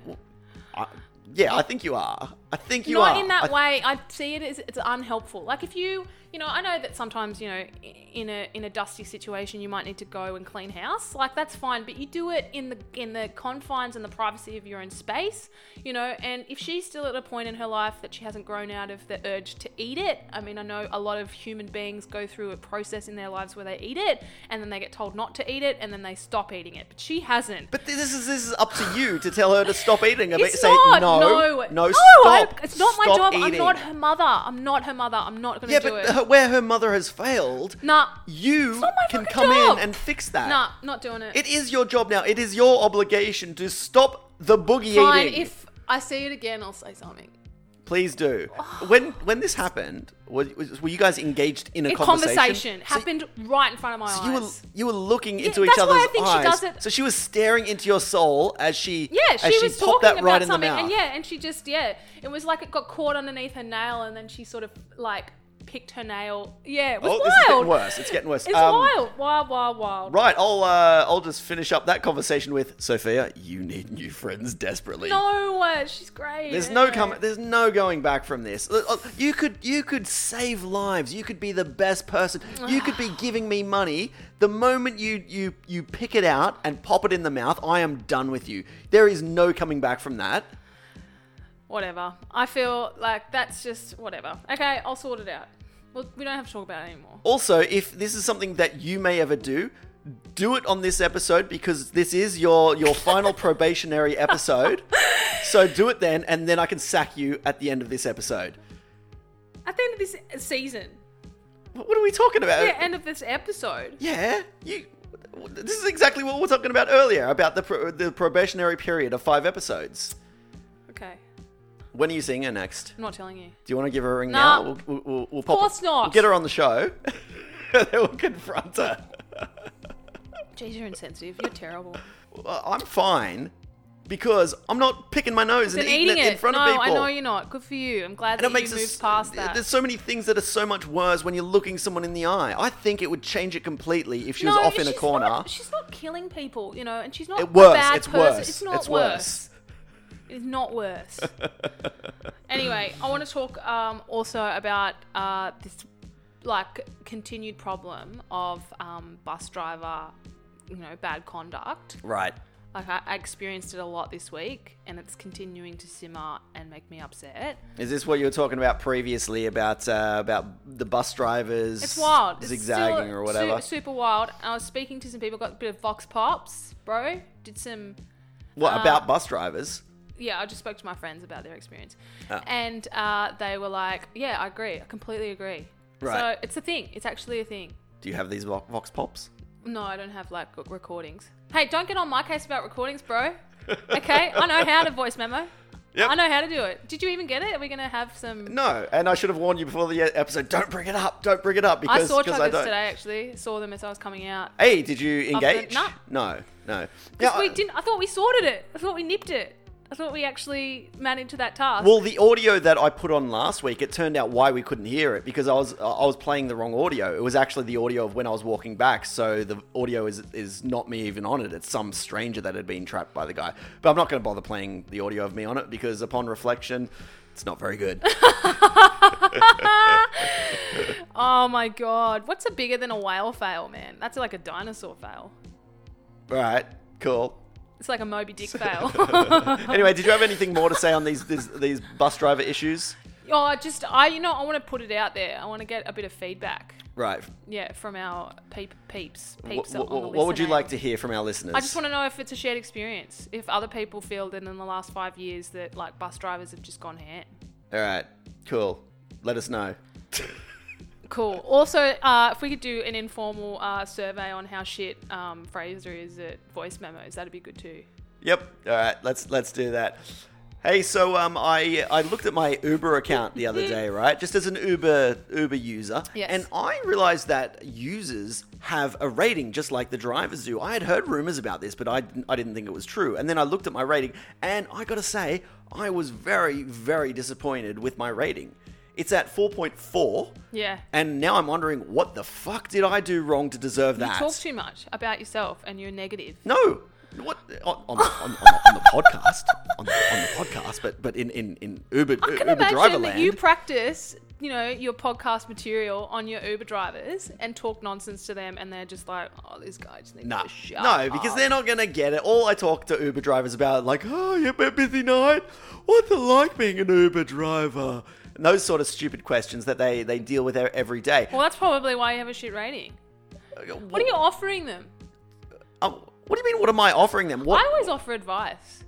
Speaker 1: I, yeah, I think you are. I think you
Speaker 2: not
Speaker 1: are.
Speaker 2: in that
Speaker 1: I-
Speaker 2: way. I see it as it's unhelpful. Like if you, you know, I know that sometimes, you know, i- in a in a dusty situation, you might need to go and clean house. Like that's fine, but you do it in the in the confines and the privacy of your own space. You know, and if she's still at a point in her life that she hasn't grown out of the urge to eat it, I mean, I know a lot of human beings go through a process in their lives where they eat it and then they get told not to eat it and then they stop eating it, but she hasn't.
Speaker 1: But this is this is up to you to tell her to stop eating. it.
Speaker 2: It's
Speaker 1: say
Speaker 2: not.
Speaker 1: no, no,
Speaker 2: I-
Speaker 1: stop.
Speaker 2: it's not my
Speaker 1: stop
Speaker 2: job. I'm
Speaker 1: eating."
Speaker 2: not her mother. I'm not her mother. I'm not going to
Speaker 1: Yeah,
Speaker 2: do
Speaker 1: but
Speaker 2: it.
Speaker 1: her, where her mother has failed,
Speaker 2: nah,
Speaker 1: you
Speaker 2: not my
Speaker 1: can
Speaker 2: fucking
Speaker 1: come
Speaker 2: job.
Speaker 1: in and fix that.
Speaker 2: nah, not doing it.
Speaker 1: It is your job now. It is your obligation to stop the boogie
Speaker 2: Fine.
Speaker 1: eating.
Speaker 2: If I see it again, I'll say something.
Speaker 1: Please do.
Speaker 2: Oh.
Speaker 1: When when this happened, were, was- were you guys engaged in a,
Speaker 2: A
Speaker 1: conversation?
Speaker 2: conversation, happened right in front of my
Speaker 1: So
Speaker 2: eyes.
Speaker 1: you were you were looking into each
Speaker 2: that's
Speaker 1: other's
Speaker 2: why I think she
Speaker 1: eyes.
Speaker 2: does it-
Speaker 1: So she was staring into your soul as she
Speaker 2: yeah,
Speaker 1: as
Speaker 2: she
Speaker 1: she
Speaker 2: was
Speaker 1: popped
Speaker 2: talking
Speaker 1: that right
Speaker 2: about
Speaker 1: in
Speaker 2: something,
Speaker 1: the mouth.
Speaker 2: and yeah, and she just yeah, it was like it got caught underneath her nail, and then she sort of like picked her nail. Yeah, it was
Speaker 1: oh,
Speaker 2: wild.
Speaker 1: this is getting worse. It's getting worse.
Speaker 2: It's
Speaker 1: Um,
Speaker 2: wild, wild, wild, wild.
Speaker 1: Right, I'll uh, I'll just finish up that conversation with Sophia. You need new friends desperately.
Speaker 2: No, uh, she's great.
Speaker 1: There's no
Speaker 2: anyway.
Speaker 1: com- There's no going back from this. Look, look, You could you could save lives. You could be the best person. You could be giving me money. The moment you you you pick it out and pop it in the mouth, I am done with you. There is no coming back from that.
Speaker 2: whatever. I feel like that's just whatever. Okay, I'll sort it out. Well, we don't have to talk about it anymore.
Speaker 1: Also, if this is something that you may ever do, do it on this episode because this is your your final probationary episode. So do it then, and then I can sack you at the end of this episode.
Speaker 2: At the end of this season,
Speaker 1: Wh- What are we talking about?
Speaker 2: yeah, end of this episode,
Speaker 1: Yeah, you. This is exactly what we were talking about earlier about the pro, the probationary period of five episodes.
Speaker 2: okay,
Speaker 1: When are you seeing her next?
Speaker 2: I'm not telling you.
Speaker 1: Do you want to give her a ring
Speaker 2: No.
Speaker 1: now? We'll, we'll, we'll, we'll pop
Speaker 2: course not.
Speaker 1: We'll get her on the show. [LAUGHS] they will confront her.
Speaker 2: Jeez, you're insensitive. You're terrible.
Speaker 1: Well, I'm fine because I'm not picking my nose and
Speaker 2: Then
Speaker 1: eating,
Speaker 2: eating
Speaker 1: it,
Speaker 2: it.
Speaker 1: in front
Speaker 2: no,
Speaker 1: of people.
Speaker 2: I know you're not. Good for you. I'm glad
Speaker 1: and
Speaker 2: that
Speaker 1: it makes
Speaker 2: you
Speaker 1: us-
Speaker 2: moved past that.
Speaker 1: There's so many things that are so much worse when you're looking someone in the eye. I think it would change it completely if she was
Speaker 2: No,
Speaker 1: off in a
Speaker 2: she's
Speaker 1: corner.
Speaker 2: not- she's not killing people, you know, and she's not
Speaker 1: It
Speaker 2: a
Speaker 1: worse.
Speaker 2: bad
Speaker 1: It's
Speaker 2: person.
Speaker 1: worse.
Speaker 2: It's not
Speaker 1: It's
Speaker 2: worse.
Speaker 1: worse.
Speaker 2: It's
Speaker 1: [LAUGHS]
Speaker 2: not worse. anyway, I want to talk um, also about uh, this like continued problem of um, bus driver, you know, bad conduct.
Speaker 1: Right.
Speaker 2: Like I, I experienced it a lot this week, and it's continuing to simmer and make me upset.
Speaker 1: Is this what you were talking about previously about uh, about the bus drivers
Speaker 2: It's wild. It's
Speaker 1: zigzagging
Speaker 2: still
Speaker 1: or whatever?
Speaker 2: su- super wild. And I was speaking to some people, got a bit of vox pops, bro. Did some uh,
Speaker 1: what about bus drivers?
Speaker 2: yeah, I just spoke to my friends about their experience,
Speaker 1: Ah.
Speaker 2: and uh, they were like, "Yeah, I agree. I completely agree."
Speaker 1: Right.
Speaker 2: So it's a thing. It's actually a thing.
Speaker 1: Do you have these vo- vox pops?
Speaker 2: No, I don't have like rec- recordings. Hey, don't get on my case about recordings, bro.
Speaker 1: [LAUGHS]
Speaker 2: Okay, I know how to voice memo.
Speaker 1: Yep.
Speaker 2: I know how to do it. Did you even get it? Are we gonna have some?
Speaker 1: No, and I should have warned you before the episode. Don't bring it up. Don't bring it up because
Speaker 2: I saw
Speaker 1: 'cause I
Speaker 2: chuggers
Speaker 1: don't.
Speaker 2: today. Actually, saw them as I was coming out.
Speaker 1: Hey, did you
Speaker 2: done-
Speaker 1: engage?
Speaker 2: no.
Speaker 1: no, no.
Speaker 2: 'Cause
Speaker 1: Yeah,
Speaker 2: we
Speaker 1: I-
Speaker 2: didn't. I thought we sorted it. I thought we nipped it. I thought we actually managed that task.
Speaker 1: Well, the audio that I put on last week, it turned out why we couldn't hear it because I was I was playing the wrong audio. It was actually the audio of when I was walking back, so the audio is is not me even on it. It's some stranger that had been trapped by the guy. But I'm not going to bother playing the audio of me on it because upon reflection, it's not very
Speaker 2: [LAUGHS]
Speaker 1: good.
Speaker 2: oh my god, what's a bigger than a whale fail, man? That's like a dinosaur fail.
Speaker 1: All right, cool.
Speaker 2: It's like a
Speaker 1: [LAUGHS]
Speaker 2: Moby Dick fail. Oh.
Speaker 1: Anyway, did you have anything more to say on these these, these bus driver issues?
Speaker 2: oh, I just I you know I want to put it out there. I want to get a bit of feedback.
Speaker 1: Right.
Speaker 2: Yeah, from our peep, peeps.
Speaker 1: Wh-
Speaker 2: Peeps
Speaker 1: wh-
Speaker 2: on the
Speaker 1: wh- what would you
Speaker 2: listening.
Speaker 1: like to hear from our listeners?
Speaker 2: I just want to know if it's a shared experience. If other people feel that in the last five years that like bus drivers have just gone ham.
Speaker 1: All right, cool. Let us know.
Speaker 2: Cool. Also, uh, if we could do an informal uh, survey on how shit um, Fraser is at voice memos, that'd be good too.
Speaker 1: Yep. All right. Let's let's do that. Hey, so um, I I looked at my Uber account the other
Speaker 2: [LAUGHS]
Speaker 1: day, right? Just as an Uber Uber user,
Speaker 2: Yes.
Speaker 1: and I realized that users have a rating just like the drivers do. I had heard rumors about this, but I didn't- I didn't think it was true. And then I looked at my rating, and I got to say, I was very very disappointed with my rating. It's at four point four.
Speaker 2: Yeah.
Speaker 1: And now I'm wondering what the fuck did I do wrong to deserve that?
Speaker 2: You talk too much about yourself and you're negative.
Speaker 1: No. What on, on, on, on, the- on the podcast? On the, on the podcast, but but in in in Uber
Speaker 2: I can
Speaker 1: Uber driver
Speaker 2: imagine that
Speaker 1: land.
Speaker 2: you practice, you know, your podcast material on your Uber drivers and talk nonsense to them, and they're just like, "Oh, this guy just needs
Speaker 1: Nah.
Speaker 2: to shut
Speaker 1: No, because
Speaker 2: up."
Speaker 1: they're not gonna get it. All I talk to Uber drivers about, like, oh, you've been busy night. What's it like being an Uber driver? And those sort of stupid questions that they they deal with e- every day.
Speaker 2: Well, that's probably why you have a shit rating. What are you offering them?
Speaker 1: Um, what do you mean? What am I offering them? What
Speaker 2: I always offer advice.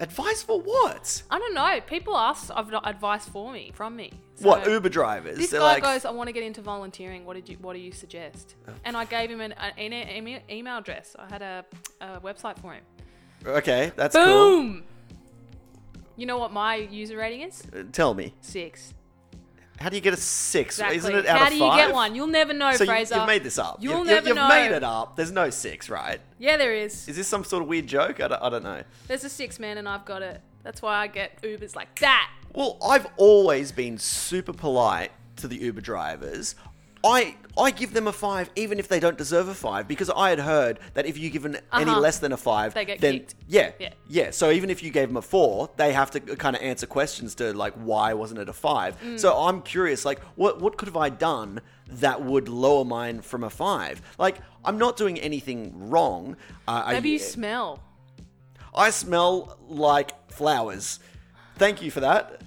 Speaker 1: advice for what?
Speaker 2: I don't know. People ask of- advice for me from me. So
Speaker 1: What Uber drivers?
Speaker 2: This
Speaker 1: They're
Speaker 2: guy
Speaker 1: like,
Speaker 2: goes, "I want to get into volunteering. What did you? What do you suggest?" And I gave him an, an e- email, email address. I had a, a website for him.
Speaker 1: okay, that's
Speaker 2: Boom. You know what my user rating is?
Speaker 1: cool. Uh, Tell me,
Speaker 2: Six.
Speaker 1: how do you get a six?
Speaker 2: Exactly.
Speaker 1: Isn't it out
Speaker 2: How
Speaker 1: of
Speaker 2: do you
Speaker 1: five?
Speaker 2: get one? You'll never know,
Speaker 1: So you,
Speaker 2: Fraser.
Speaker 1: you've made this up.
Speaker 2: You'll
Speaker 1: You've-
Speaker 2: never
Speaker 1: you've
Speaker 2: know.
Speaker 1: made it up. There's no six, right?
Speaker 2: Yeah, there is.
Speaker 1: Is this some sort of weird joke? I don't, I don't know.
Speaker 2: There's a six man, and I've got it. That's why I get Ubers like that.
Speaker 1: Well, I've always been super polite to the Uber drivers. I I give them a five, even if they don't deserve a five, because I had heard that if you give an, any
Speaker 2: Uh-huh.
Speaker 1: less than a five,
Speaker 2: They get
Speaker 1: then
Speaker 2: kicked.
Speaker 1: yeah,
Speaker 2: Yeah.
Speaker 1: yeah. So even if you gave them a four, they have to kind of answer questions to like why wasn't it a five.
Speaker 2: Mm.
Speaker 1: So I'm curious, like what what could have I done that would lower mine from a five? Like I'm not doing anything wrong. Uh, I-
Speaker 2: Maybe you smell.
Speaker 1: I smell like flowers. Thank you for that.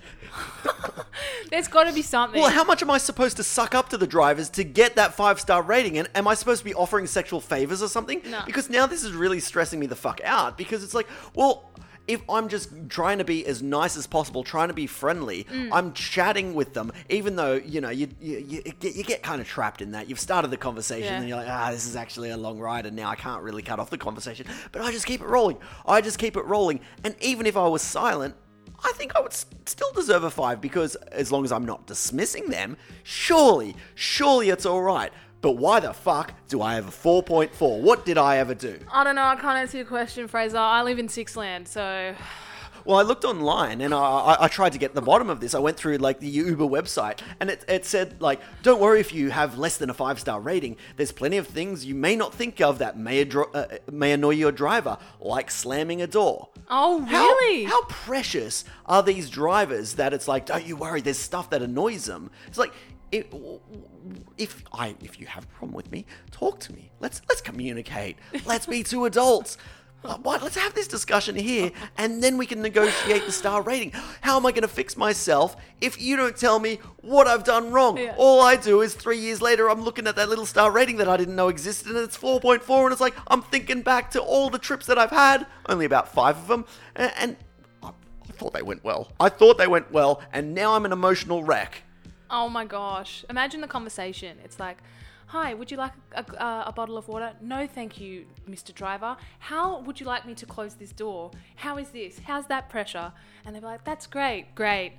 Speaker 2: There's got to be something.
Speaker 1: Well, how much am I supposed to suck up to the drivers to get that five star rating? And am I supposed to be offering sexual favors or something?
Speaker 2: No.
Speaker 1: Because now this is really stressing me the fuck out because it's like, well, if I'm just trying to be as nice as possible, trying to be friendly, I'm chatting with them, even though, you know, you, you, you, it get, you get kind of trapped in that. You've started the conversation
Speaker 2: Yeah.
Speaker 1: and you're like, ah, this is actually a long ride and now I can't really cut off the conversation. But I just keep it rolling. I just keep it rolling. And even if I was silent, I think I would s- still deserve a five because as long as I'm not dismissing them, surely, surely it's all right. but why the fuck do I have a 4.4? What did I ever do?
Speaker 2: I don't know. I can't answer your question, Fraser. I live in Sixland, so
Speaker 1: Well, I looked online and I, I, I tried to get to the bottom of this. I went through like the Uber website and it, it said like, don't worry if you have less than a five star rating. There's plenty of things you may not think of that may, adro- uh, may annoy your driver, like slamming a door.
Speaker 2: Oh,
Speaker 1: How-
Speaker 2: really?
Speaker 1: How precious are these drivers that it's like, don't you worry, there's stuff that annoys them. It's like, it, if I if you have a problem with me, talk to me. Let's let's communicate. Let's be two adults. Why- why- Let's have this discussion here, and then we can negotiate the star rating. How am I going to fix myself if you don't tell me what I've done wrong?
Speaker 2: Yeah.
Speaker 1: All I do is three years later, I'm looking at that little star rating that I didn't know existed, and it's 4.4, and it's like I'm thinking back to all the trips that I've had, only about five of them, and, and I I thought they went well. I thought they went well, and now I'm an emotional wreck.
Speaker 2: Oh my gosh. Imagine the conversation. It's like, Hi, would you like a, uh, a, a bottle of water? No, thank you, Mr. Driver. How would you like me to close this door? How is this? How's that pressure? And they'd be like, That's great, great.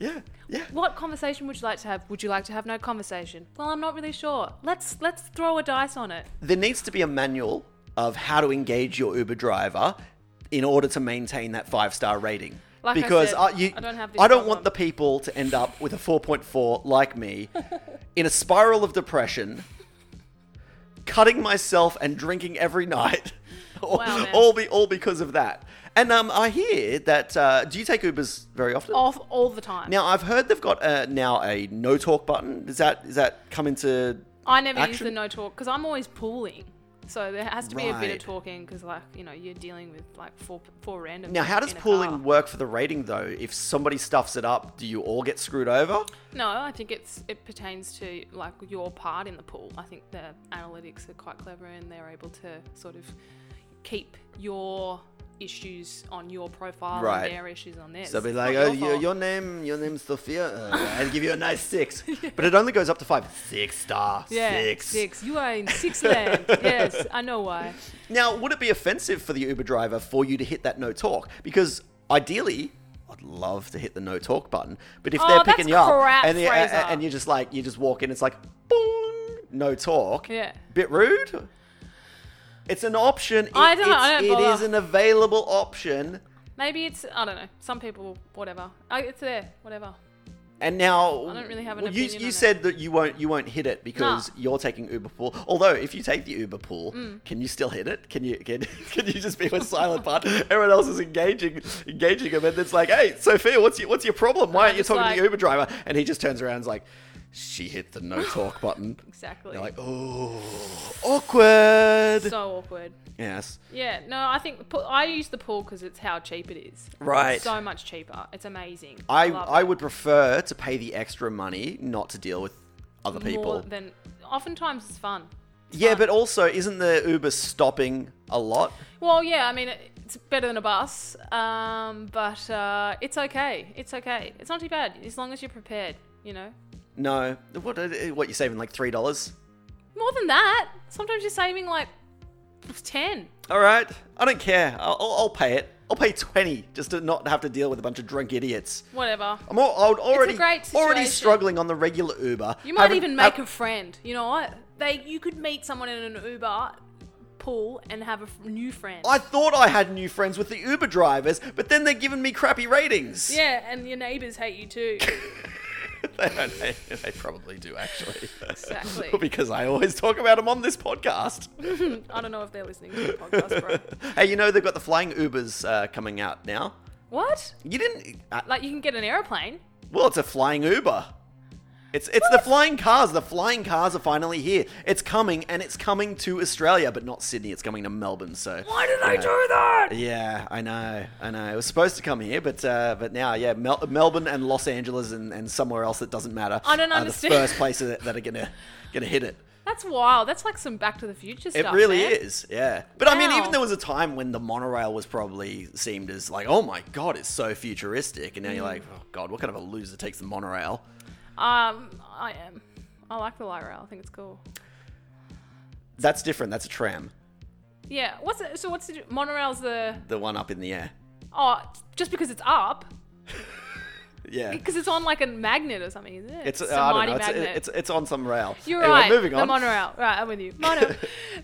Speaker 1: Yeah, yeah.
Speaker 2: What conversation would you like to have? Would you like to have no conversation? Well, I'm not really sure. Let's let's throw a dice
Speaker 1: [LAUGHS]
Speaker 2: on it.
Speaker 1: There needs to be a manual of how to engage your Uber driver in order to maintain that five star rating.
Speaker 2: Like I
Speaker 1: because
Speaker 2: said,
Speaker 1: uh, you,
Speaker 2: I don't have this
Speaker 1: I don't
Speaker 2: problem.
Speaker 1: want the people to end up with a 4.4 like
Speaker 2: [LAUGHS]
Speaker 1: me in a spiral of depression, cutting myself and drinking every night. [LAUGHS] all,
Speaker 2: Wow, man.
Speaker 1: all, be, all because of that. And um, I hear that. Uh, do you take Ubers very often?
Speaker 2: Off all the time.
Speaker 1: Now I've heard they've got uh, now a no talk button. Does that is that come into?
Speaker 2: I never use
Speaker 1: action?
Speaker 2: the no talk because I'm always pooling. So there has to be a bit
Speaker 1: Right.
Speaker 2: of talking because, like, you know, you're dealing with like four four random.
Speaker 1: Now, how does pooling work for the rating though? If somebody stuffs it up, do you all get screwed over?
Speaker 2: No, I think it's it pertains to like your part in the pool. I think the analytics are quite clever and they're able to sort of keep your issues on your profile
Speaker 1: Right.
Speaker 2: and their issues on theirs.
Speaker 1: So they'll be
Speaker 2: It's
Speaker 1: like,
Speaker 2: not
Speaker 1: oh,
Speaker 2: your
Speaker 1: your,
Speaker 2: fault."
Speaker 1: your name, your name's Sophia.
Speaker 2: [LAUGHS]
Speaker 1: Uh, I'll give you a nice six, but it only goes up to five. Six star,
Speaker 2: yeah,
Speaker 1: six.
Speaker 2: You are in six [LAUGHS] land. yes, I know why.
Speaker 1: Now, would it be offensive for the Uber driver for you to hit that no talk? Because ideally, I'd love to hit the no talk button, but if
Speaker 2: Oh,
Speaker 1: they're
Speaker 2: that's
Speaker 1: picking you up
Speaker 2: crap,
Speaker 1: and, you-
Speaker 2: Fraser.
Speaker 1: and you're just like you just walk in, it's like boom, no talk.
Speaker 2: Yeah.
Speaker 1: bit rude. It's an option. It-
Speaker 2: I don't-
Speaker 1: it's-
Speaker 2: I don't
Speaker 1: It
Speaker 2: bother.
Speaker 1: is an available option.
Speaker 2: Maybe it's I don't know. Some people, whatever. I, it's there, whatever.
Speaker 1: And now
Speaker 2: I don't really have an
Speaker 1: well, you,
Speaker 2: opinion
Speaker 1: you
Speaker 2: on it.
Speaker 1: said that you won't you won't hit it because you're taking Uber pool. Although if you take the Uber pool,
Speaker 2: Mm.
Speaker 1: can you still hit it? Can you can, [LAUGHS] can you just be a silent part? Everyone else is engaging engaging him, and it's like, hey, Sophia, what's your what's your problem? Why
Speaker 2: I'm
Speaker 1: aren't you
Speaker 2: just
Speaker 1: talking to the
Speaker 2: like-
Speaker 1: Uber driver? And he just turns around and is like, she hit the no talk button.
Speaker 2: [LAUGHS] Exactly.
Speaker 1: They're like, oh, awkward.
Speaker 2: so awkward.
Speaker 1: yes.
Speaker 2: Yeah, no, I think pool, I use the pool because it's how cheap it is.
Speaker 1: Right.
Speaker 2: so much cheaper. It's amazing.
Speaker 1: I
Speaker 2: love
Speaker 1: I
Speaker 2: it.
Speaker 1: would prefer to pay the extra money not to deal with other people.
Speaker 2: more than oftentimes it's fun.
Speaker 1: yeah,
Speaker 2: fun.
Speaker 1: but also isn't the Uber stopping a lot?
Speaker 2: Well, yeah, I mean it's better than a bus, um, but uh, it's okay. It's okay. It's not too bad as long as you're prepared. You know,
Speaker 1: No. What uh, what you saving like three dollars?
Speaker 2: more than that, sometimes you're saving like ten.
Speaker 1: All right. I don't care. I'll, I'll I'll pay it. I'll pay twenty just to not have to deal with a bunch of drunk idiots.
Speaker 2: Whatever.
Speaker 1: I'm all, I would already
Speaker 2: great
Speaker 1: already
Speaker 2: situation.
Speaker 1: struggling on the regular Uber.
Speaker 2: You might
Speaker 1: Haven't-
Speaker 2: even make
Speaker 1: ha-
Speaker 2: a friend. You know what? They you could meet someone in an Uber pool and have a f- new friend.
Speaker 1: I thought I had new friends with the Uber drivers, but then they're giving me crappy ratings.
Speaker 2: yeah, and your neighbors hate
Speaker 1: [LAUGHS]
Speaker 2: you too.
Speaker 1: they, don't- [LAUGHS] they- they probably do actually. [LAUGHS]
Speaker 2: Exactly.
Speaker 1: because I always talk about them on this
Speaker 2: [LAUGHS]
Speaker 1: podcast.
Speaker 2: I don't know if they're listening to the podcast, bro.
Speaker 1: hey, you know they've got the flying Ubers uh, coming out now.
Speaker 2: What?
Speaker 1: You didn't. Uh,
Speaker 2: Like you can get an airplane.
Speaker 1: Well, it's a flying Uber. It's it's the flying cars. The flying cars are finally here. It's coming and it's coming to Australia, but not Sydney. It's coming to Melbourne. So
Speaker 2: Why did
Speaker 1: I
Speaker 2: I
Speaker 1: Yeah.
Speaker 2: do
Speaker 1: do
Speaker 2: that?
Speaker 1: Yeah, I know, I know. It was supposed to come here, but uh, but now, yeah, Mel- Melbourne and Los Angeles and, and somewhere else that doesn't matter.
Speaker 2: I don't
Speaker 1: are the
Speaker 2: understand.
Speaker 1: first places that, that are gonna gonna hit it.
Speaker 2: That's wild. That's like some Back to the Future
Speaker 1: It
Speaker 2: stuff.
Speaker 1: really
Speaker 2: man.
Speaker 1: is, yeah. But I mean,
Speaker 2: Wow.
Speaker 1: even there was a time when the monorail was probably seemed as like, oh my god, it's so futuristic, and now you're
Speaker 2: Mm.
Speaker 1: like, oh god, what kind of a loser takes the monorail?
Speaker 2: Um, I am. I like the light rail. I think it's cool.
Speaker 1: That's different. That's a tram.
Speaker 2: Yeah. What's it? So what's the monorail's the?
Speaker 1: The one up in the air.
Speaker 2: Oh, just because it's up.
Speaker 1: Yeah.
Speaker 2: Because it's on like a magnet or something, isn't it?
Speaker 1: It's,
Speaker 2: a
Speaker 1: I don't know. It's, it's it's on some rail.
Speaker 2: You're
Speaker 1: Anyway,
Speaker 2: right.
Speaker 1: Moving
Speaker 2: The
Speaker 1: on.
Speaker 2: monorail. Right, I'm with you.
Speaker 1: [LAUGHS]
Speaker 2: Mono.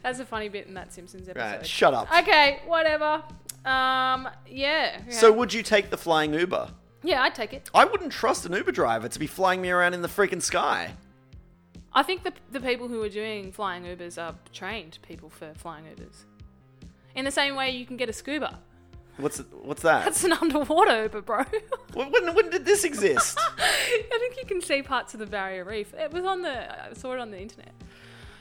Speaker 2: That's a funny bit in that Simpsons episode.
Speaker 1: Right. Shut up.
Speaker 2: Okay, whatever. Um, yeah. yeah.
Speaker 1: So would you take the flying Uber?
Speaker 2: yeah, I'd take it.
Speaker 1: I wouldn't trust an Uber driver to be flying me around in the freaking sky.
Speaker 2: I think the the people who are doing flying Ubers are trained people for flying Ubers. In the same way, you can get a scuba. [LAUGHS]
Speaker 1: What's what's that?
Speaker 2: That's an underwater Uber, bro. [LAUGHS]
Speaker 1: When, when- when did this exist? [SIGHS]
Speaker 2: I think you can see parts of the Barrier Reef. It was on the. I saw it on the internet.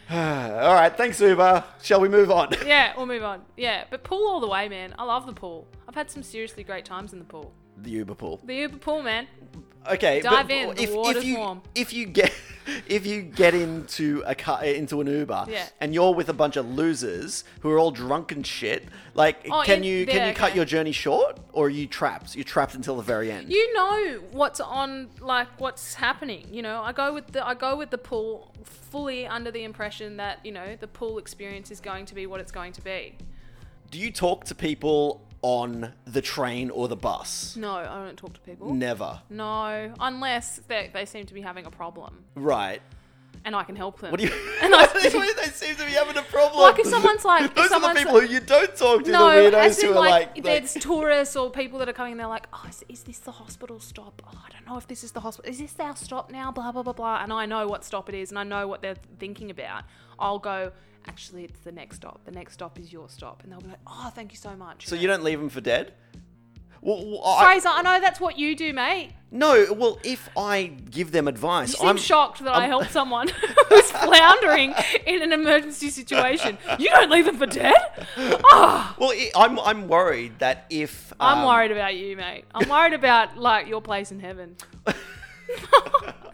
Speaker 1: All right, thanks Uber. Shall we move
Speaker 2: [LAUGHS]
Speaker 1: on?
Speaker 2: Yeah, we'll move on. Yeah, but pool all the way, man. I love the pool. I've had some seriously great times in the pool.
Speaker 1: The Uber pool.
Speaker 2: The Uber pool, man.
Speaker 1: Okay,
Speaker 2: Dive
Speaker 1: but
Speaker 2: in, the
Speaker 1: If, if
Speaker 2: water's
Speaker 1: you
Speaker 2: warm.
Speaker 1: if you get [LAUGHS] if you get into a car eh, into an Uber
Speaker 2: Yeah.
Speaker 1: and you're with a bunch of losers who are all drunk and shit, like
Speaker 2: Oh,
Speaker 1: can
Speaker 2: in-
Speaker 1: you
Speaker 2: yeah,
Speaker 1: can you cut
Speaker 2: okay.
Speaker 1: your journey short or are you trapped? You're trapped until the very end.
Speaker 2: You know what's on, like what's happening. You know, I go with the I go with the pool fully under the impression that you know the pool experience is going to be what it's going to be.
Speaker 1: Do you talk to people on the train or the bus?
Speaker 2: No, I don't talk to people.
Speaker 1: Never.
Speaker 2: No, unless they they seem to be having a problem
Speaker 1: Right.
Speaker 2: and I can help them.
Speaker 1: What do you?
Speaker 2: [LAUGHS]
Speaker 1: [LAUGHS]
Speaker 2: And I-
Speaker 1: they seem to be having a problem.
Speaker 2: Like, if someone's like- if
Speaker 1: [LAUGHS] those are
Speaker 2: someone's
Speaker 1: the people
Speaker 2: like-
Speaker 1: who you don't talk to.
Speaker 2: no,
Speaker 1: the
Speaker 2: as
Speaker 1: weirdos
Speaker 2: in
Speaker 1: who are
Speaker 2: like,
Speaker 1: like,
Speaker 2: there's
Speaker 1: like-
Speaker 2: tourists or people that are coming. They're like, oh, is, is this the hospital stop? Oh, I don't know if this is the hospital. Is this our stop now? Blah blah blah blah. And I know what stop it is, and I know what they're thinking about. I'll go. Actually, it's the next stop. The next stop is your stop, and they'll be like, oh, thank you so much.
Speaker 1: so you don't leave them for dead. Well, well, I,
Speaker 2: Fraser, I know that's what you do, mate.
Speaker 1: no. Well, if I give them advice,
Speaker 2: You seem
Speaker 1: I'm
Speaker 2: shocked that i
Speaker 1: I'm- [LAUGHS]
Speaker 2: helped someone [LAUGHS] who's floundering in an emergency situation. You don't leave them for dead. Ah.
Speaker 1: well. i I'm I'm worried that if
Speaker 2: I'm
Speaker 1: um,
Speaker 2: worried about you, mate. I'm worried about like your place in heaven.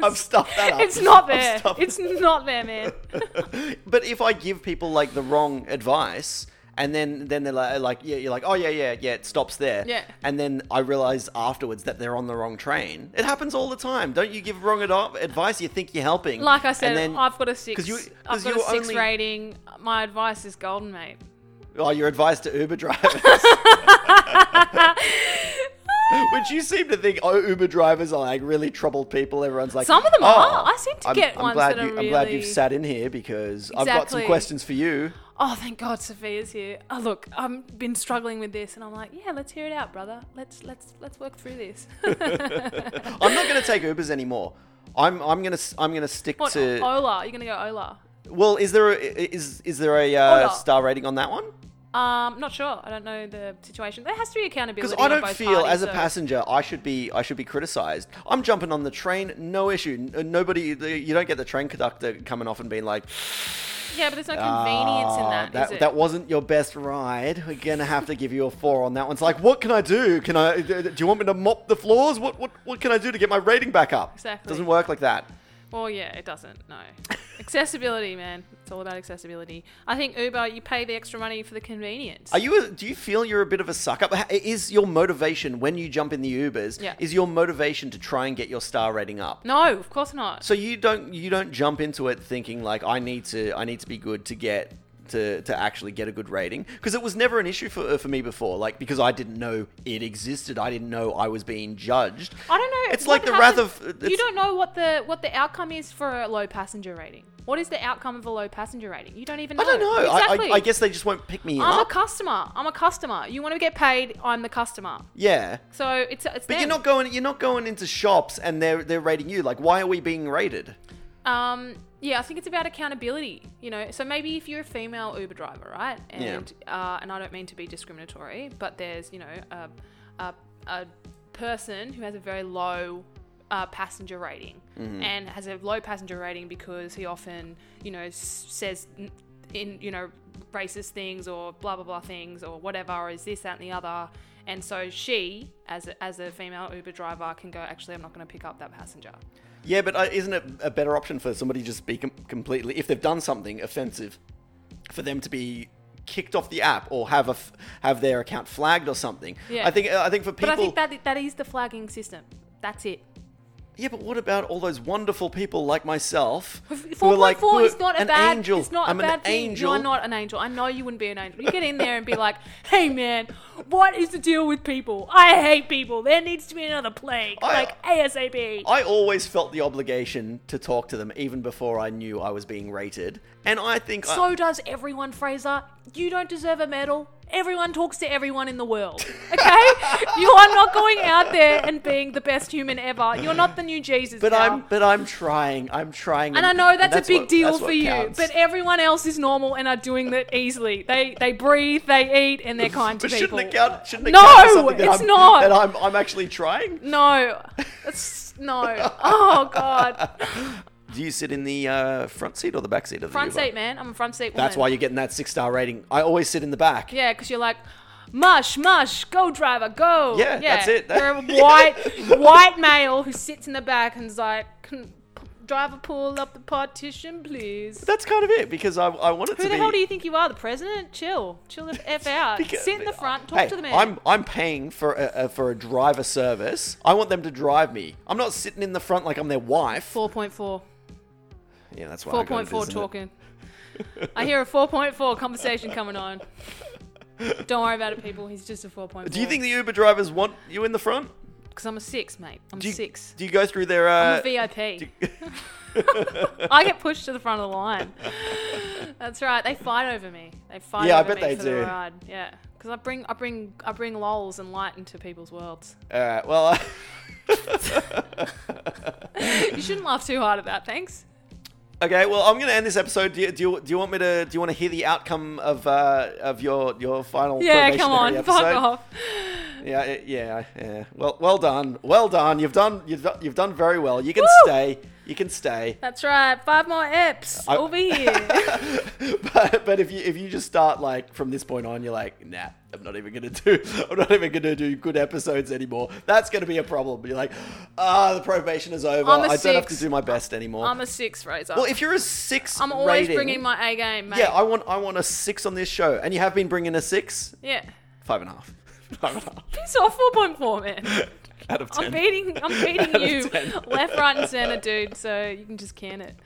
Speaker 1: I've stuffed
Speaker 2: [LAUGHS]
Speaker 1: that up.
Speaker 2: It's not
Speaker 1: I've
Speaker 2: there.
Speaker 1: stuffed
Speaker 2: It's not there, man. [LAUGHS]
Speaker 1: [LAUGHS] but if I give people like the wrong advice, and then then they're like, like yeah, you're like, oh yeah, yeah, yeah, it stops there.
Speaker 2: Yeah.
Speaker 1: And then I realize afterwards that they're on the wrong train. It happens all the time. Don't you give wrong ad- advice? You think you're helping.
Speaker 2: Like I
Speaker 1: and
Speaker 2: said,
Speaker 1: then-
Speaker 2: I've got a six.
Speaker 1: 'cause you- 'cause
Speaker 2: I've got a
Speaker 1: you're
Speaker 2: six
Speaker 1: only-
Speaker 2: rating. My advice is golden, mate.
Speaker 1: Oh, your advice to Uber
Speaker 2: [LAUGHS]
Speaker 1: drivers. [LAUGHS] Which you seem to think oh, Uber drivers are like really troubled people. Everyone's like,
Speaker 2: Some of them
Speaker 1: "Oh,
Speaker 2: are. I seem to
Speaker 1: I'm,
Speaker 2: get
Speaker 1: I'm
Speaker 2: ones
Speaker 1: glad
Speaker 2: that
Speaker 1: you,
Speaker 2: are
Speaker 1: I'm glad you've
Speaker 2: really-
Speaker 1: sat in here because I've got some
Speaker 2: Exactly.
Speaker 1: questions for you.
Speaker 2: Oh, thank God, Sophia's here. Oh, look, I've been struggling with this, and I'm like, yeah, let's hear it out, brother. Let's let's let's work through this.
Speaker 1: I'm not going to take Ubers anymore. I'm I'm gonna s- I'm gonna stick
Speaker 2: [LAUGHS] What, oh,
Speaker 1: to.
Speaker 2: Ola? You're gonna go Ola?
Speaker 1: Well, is there a, is is there a
Speaker 2: Hold
Speaker 1: uh,
Speaker 2: up.
Speaker 1: star rating on that one?
Speaker 2: Um, not sure. I don't know the situation. There has to be accountability.
Speaker 1: Because
Speaker 2: on
Speaker 1: I don't
Speaker 2: both
Speaker 1: feel
Speaker 2: parties,
Speaker 1: as a
Speaker 2: so-
Speaker 1: passenger, I should be I should be criticised. I'm jumping on the train, no issue. N- Nobody, the- you don't get the train conductor coming off and being like,
Speaker 2: Yeah, but there's no convenience in
Speaker 1: "Ah,
Speaker 2: that.
Speaker 1: that,
Speaker 2: is it?
Speaker 1: that wasn't your best ride. We're gonna have to give you a four on that one." It's like, what can I do? Can I? d- d- Do you want me to mop the floors? What what what can I do to get my rating back up?
Speaker 2: Exactly.
Speaker 1: Doesn't work like that.
Speaker 2: Well, yeah, it doesn't. No. accessibility, man. It's all about accessibility. I think Uber, you pay the extra money for the convenience.
Speaker 1: Are you? A, do you feel you're a bit of a suck up? Ha- Is your motivation when you jump in the Ubers?
Speaker 2: Yeah.
Speaker 1: Is your motivation to try and get your star rating up?
Speaker 2: no, of course not.
Speaker 1: So you don't you don't jump into it thinking like I need to I need to be good to get to, to actually get a good rating because it was never an issue for for me before like because I didn't know it existed I didn't know I was being judged.
Speaker 2: I don't know.
Speaker 1: It's
Speaker 2: what
Speaker 1: like the wrath
Speaker 2: happens-
Speaker 1: of-
Speaker 2: You
Speaker 1: it's-
Speaker 2: don't know what the what the outcome is for a low passenger rating. What is the outcome of a low passenger rating? You don't even know.
Speaker 1: I don't know.
Speaker 2: Exactly.
Speaker 1: I, I, I guess they just won't pick me
Speaker 2: I'm a
Speaker 1: up.
Speaker 2: customer. I'm a customer. You want to get paid? I'm the customer.
Speaker 1: yeah.
Speaker 2: So it's it's.
Speaker 1: But you're not going you're not going into shops and they're they're rating you like why are we being rated?
Speaker 2: Um, yeah, I think it's about accountability. You know, so maybe if you're a female Uber driver, right? And uh, and I don't mean to be discriminatory, but there's you know a a, a person who has a very low uh, passenger rating and has a low passenger rating because he often you know s- says n- in you know racist things or blah blah blah things or whatever or is this that and the other. And so she, as a, as a female Uber driver, can go. Actually, I'm not going to pick up that passenger.
Speaker 1: Yeah, but uh, isn't it a better option for somebody to just be com- completely, if they've done something offensive, for them to be kicked off the app or have a f- have their account flagged or something?
Speaker 2: Yeah.
Speaker 1: I think I think for people.
Speaker 2: But I think that that is the flagging system. That's it.
Speaker 1: Yeah, but what about all those wonderful people like myself? who
Speaker 2: Four
Speaker 1: are
Speaker 2: point
Speaker 1: like,
Speaker 2: four
Speaker 1: "Look,
Speaker 2: is not a
Speaker 1: an
Speaker 2: bad.
Speaker 1: Angel.
Speaker 2: It's not
Speaker 1: I'm
Speaker 2: a bad
Speaker 1: an
Speaker 2: thing.
Speaker 1: angel.
Speaker 2: You are not an angel. I know you wouldn't be an angel. You get in there and be like, "Hey man, what is the deal with people? I hate people. There needs to be another plague,
Speaker 1: I-
Speaker 2: like ASAP."
Speaker 1: I always felt the obligation to talk to them even before I knew I was being rated. And I think I,
Speaker 2: so does everyone, Fraser. You don't deserve a medal. Everyone talks to everyone in the world.
Speaker 1: [LAUGHS]
Speaker 2: Okay, you are not going out there and being the best human ever. You're not the new Jesus.
Speaker 1: but
Speaker 2: now.
Speaker 1: I'm but I'm trying. I'm trying.
Speaker 2: And I know that's, a big
Speaker 1: what-
Speaker 2: deal
Speaker 1: that's what
Speaker 2: for you,
Speaker 1: counts.
Speaker 2: but everyone else is normal and are doing that easily. They they breathe, they eat, and they're kind to
Speaker 1: But
Speaker 2: people.
Speaker 1: [LAUGHS] shouldn't it count? Shouldn't it
Speaker 2: No,
Speaker 1: count as something that
Speaker 2: it's
Speaker 1: I'm,
Speaker 2: not.
Speaker 1: That I'm, I'm actually trying.
Speaker 2: No, that's no. Oh god,
Speaker 1: Do you sit in the uh, front seat or the back seat of the
Speaker 2: front
Speaker 1: Uber?
Speaker 2: seat, man. I'm a front seat.
Speaker 1: That's why
Speaker 2: woman.
Speaker 1: you're getting that six star rating. I always sit in the back.
Speaker 2: Yeah, because you're like. Mush, mush, go driver, go.
Speaker 1: Yeah, that's it.
Speaker 2: You're a white, white male who sits in the back and's like, "Can p- driver, pull up the partition, please.
Speaker 1: That's kind of it because I, I want it
Speaker 2: Who
Speaker 1: to
Speaker 2: the
Speaker 1: be.
Speaker 2: hell do you think you are, the president? Chill, chill the f
Speaker 1: [LAUGHS]
Speaker 2: out.
Speaker 1: Because-
Speaker 2: Sit in the front, talk
Speaker 1: Hey,
Speaker 2: to the man.
Speaker 1: I'm I'm paying for a, a for a driver service. I want them to drive me. I'm not sitting in the front like I'm their wife.
Speaker 2: Four point four.
Speaker 1: Yeah, that's why. I
Speaker 2: Four
Speaker 1: got
Speaker 2: point four
Speaker 1: into this, isn't it?
Speaker 2: talking. I hear a four point four conversation coming on. Don't worry about it, people. He's just a four point four.
Speaker 1: Do you think the Uber drivers want you in the front?
Speaker 2: Because I'm a six, mate. I'm
Speaker 1: Do you,
Speaker 2: six.
Speaker 1: Do you go through their? Uh,
Speaker 2: I'm a VIP.
Speaker 1: do-
Speaker 2: I get pushed to the front of the line. That's right. They fight over me. They fight.
Speaker 1: Yeah, I
Speaker 2: over
Speaker 1: bet
Speaker 2: me
Speaker 1: they
Speaker 2: for
Speaker 1: do.
Speaker 2: The ride. Yeah, because I bring, I bring, I bring lols and light into people's worlds.
Speaker 1: [LAUGHS]
Speaker 2: [LAUGHS]
Speaker 1: All right. Well, [LAUGHS] I,
Speaker 2: you shouldn't laugh too hard at that. Thanks.
Speaker 1: okay. Well, I'm going to end this episode. Do you, do you do you want me to do you want to hear the outcome of uh, of your your final?
Speaker 2: Yeah, come on,
Speaker 1: probationary
Speaker 2: fuck
Speaker 1: episode?
Speaker 2: off.
Speaker 1: Yeah, uh, yeah, yeah. Well, well done, well done. You've done, you've done, you've done very well. You can
Speaker 2: Woo!
Speaker 1: stay, you can stay. [LAUGHS]
Speaker 2: That's right. Five more eps
Speaker 1: I-
Speaker 2: over here.
Speaker 1: [LAUGHS] But, but if you if you just start like from this point on, you're like, nah, I'm not even gonna do, [LAUGHS] I'm not even gonna do good episodes anymore. That's gonna be a problem. You're like, ah, the probation is over.
Speaker 2: I'm a
Speaker 1: I don't have to
Speaker 2: six.
Speaker 1: do my best anymore.
Speaker 2: I'm a six, Fraser.
Speaker 1: well, if you're a six,
Speaker 2: I'm always
Speaker 1: rating-
Speaker 2: bringing my A game, mate.
Speaker 1: Yeah, I want I want a six on this show, and you have been bringing a six,
Speaker 2: yeah.
Speaker 1: five and a half, [LAUGHS] five and a
Speaker 2: [LAUGHS]
Speaker 1: half
Speaker 2: Piss off, four point
Speaker 1: [LAUGHS]
Speaker 2: four, man.
Speaker 1: out of 10
Speaker 2: I'm beating, I'm
Speaker 1: [LAUGHS]
Speaker 2: beating
Speaker 1: Out of
Speaker 2: you
Speaker 1: 10.
Speaker 2: left, right, and center, dude. So you can just can it.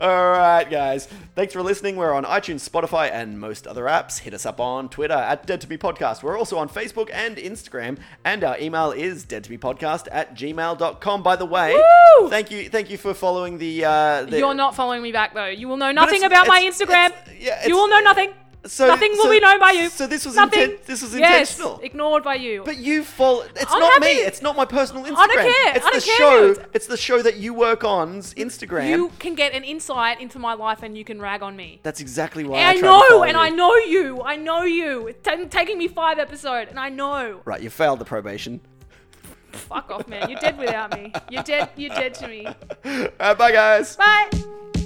Speaker 1: All right, guys. Thanks for listening. We're on iTunes, Spotify, and most other apps. Hit us up on Twitter at Dead to Be Podcast. We're also on Facebook and Instagram, and our email is dead to be podcast at gmail.com. By the way,
Speaker 2: Woo!
Speaker 1: thank you, thank you for following the. Uh, the
Speaker 2: You're not following me back though. You will know
Speaker 1: But
Speaker 2: nothing
Speaker 1: it's-
Speaker 2: about my
Speaker 1: it's-
Speaker 2: Instagram.
Speaker 1: it's- yeah, it's-
Speaker 2: you will know nothing.
Speaker 1: So-
Speaker 2: nothing will
Speaker 1: so-
Speaker 2: be known by you.
Speaker 1: so this was
Speaker 2: nothing.
Speaker 1: inten- this was
Speaker 2: Yes,
Speaker 1: intentional.
Speaker 2: ignored by you.
Speaker 1: But you follow. It's
Speaker 2: I'm
Speaker 1: not
Speaker 2: happy.
Speaker 1: me. It's not my personal Instagram.
Speaker 2: don't care.
Speaker 1: It's
Speaker 2: I don't
Speaker 1: the
Speaker 2: care.
Speaker 1: show. It's the show that you work on's Instagram.
Speaker 2: you can get an insight into my life, and you can rag on me.
Speaker 1: That's exactly why I,
Speaker 2: I
Speaker 1: tried to follow
Speaker 2: know, and
Speaker 1: you.
Speaker 2: I know you. I know you. It's ta- taking me five episode, and I know.
Speaker 1: Right, you failed the [LAUGHS] probation.
Speaker 2: Fuck off, man. You're dead without me. You're dead. You're dead to me.
Speaker 1: All right, Uh, bye, guys.
Speaker 2: Bye.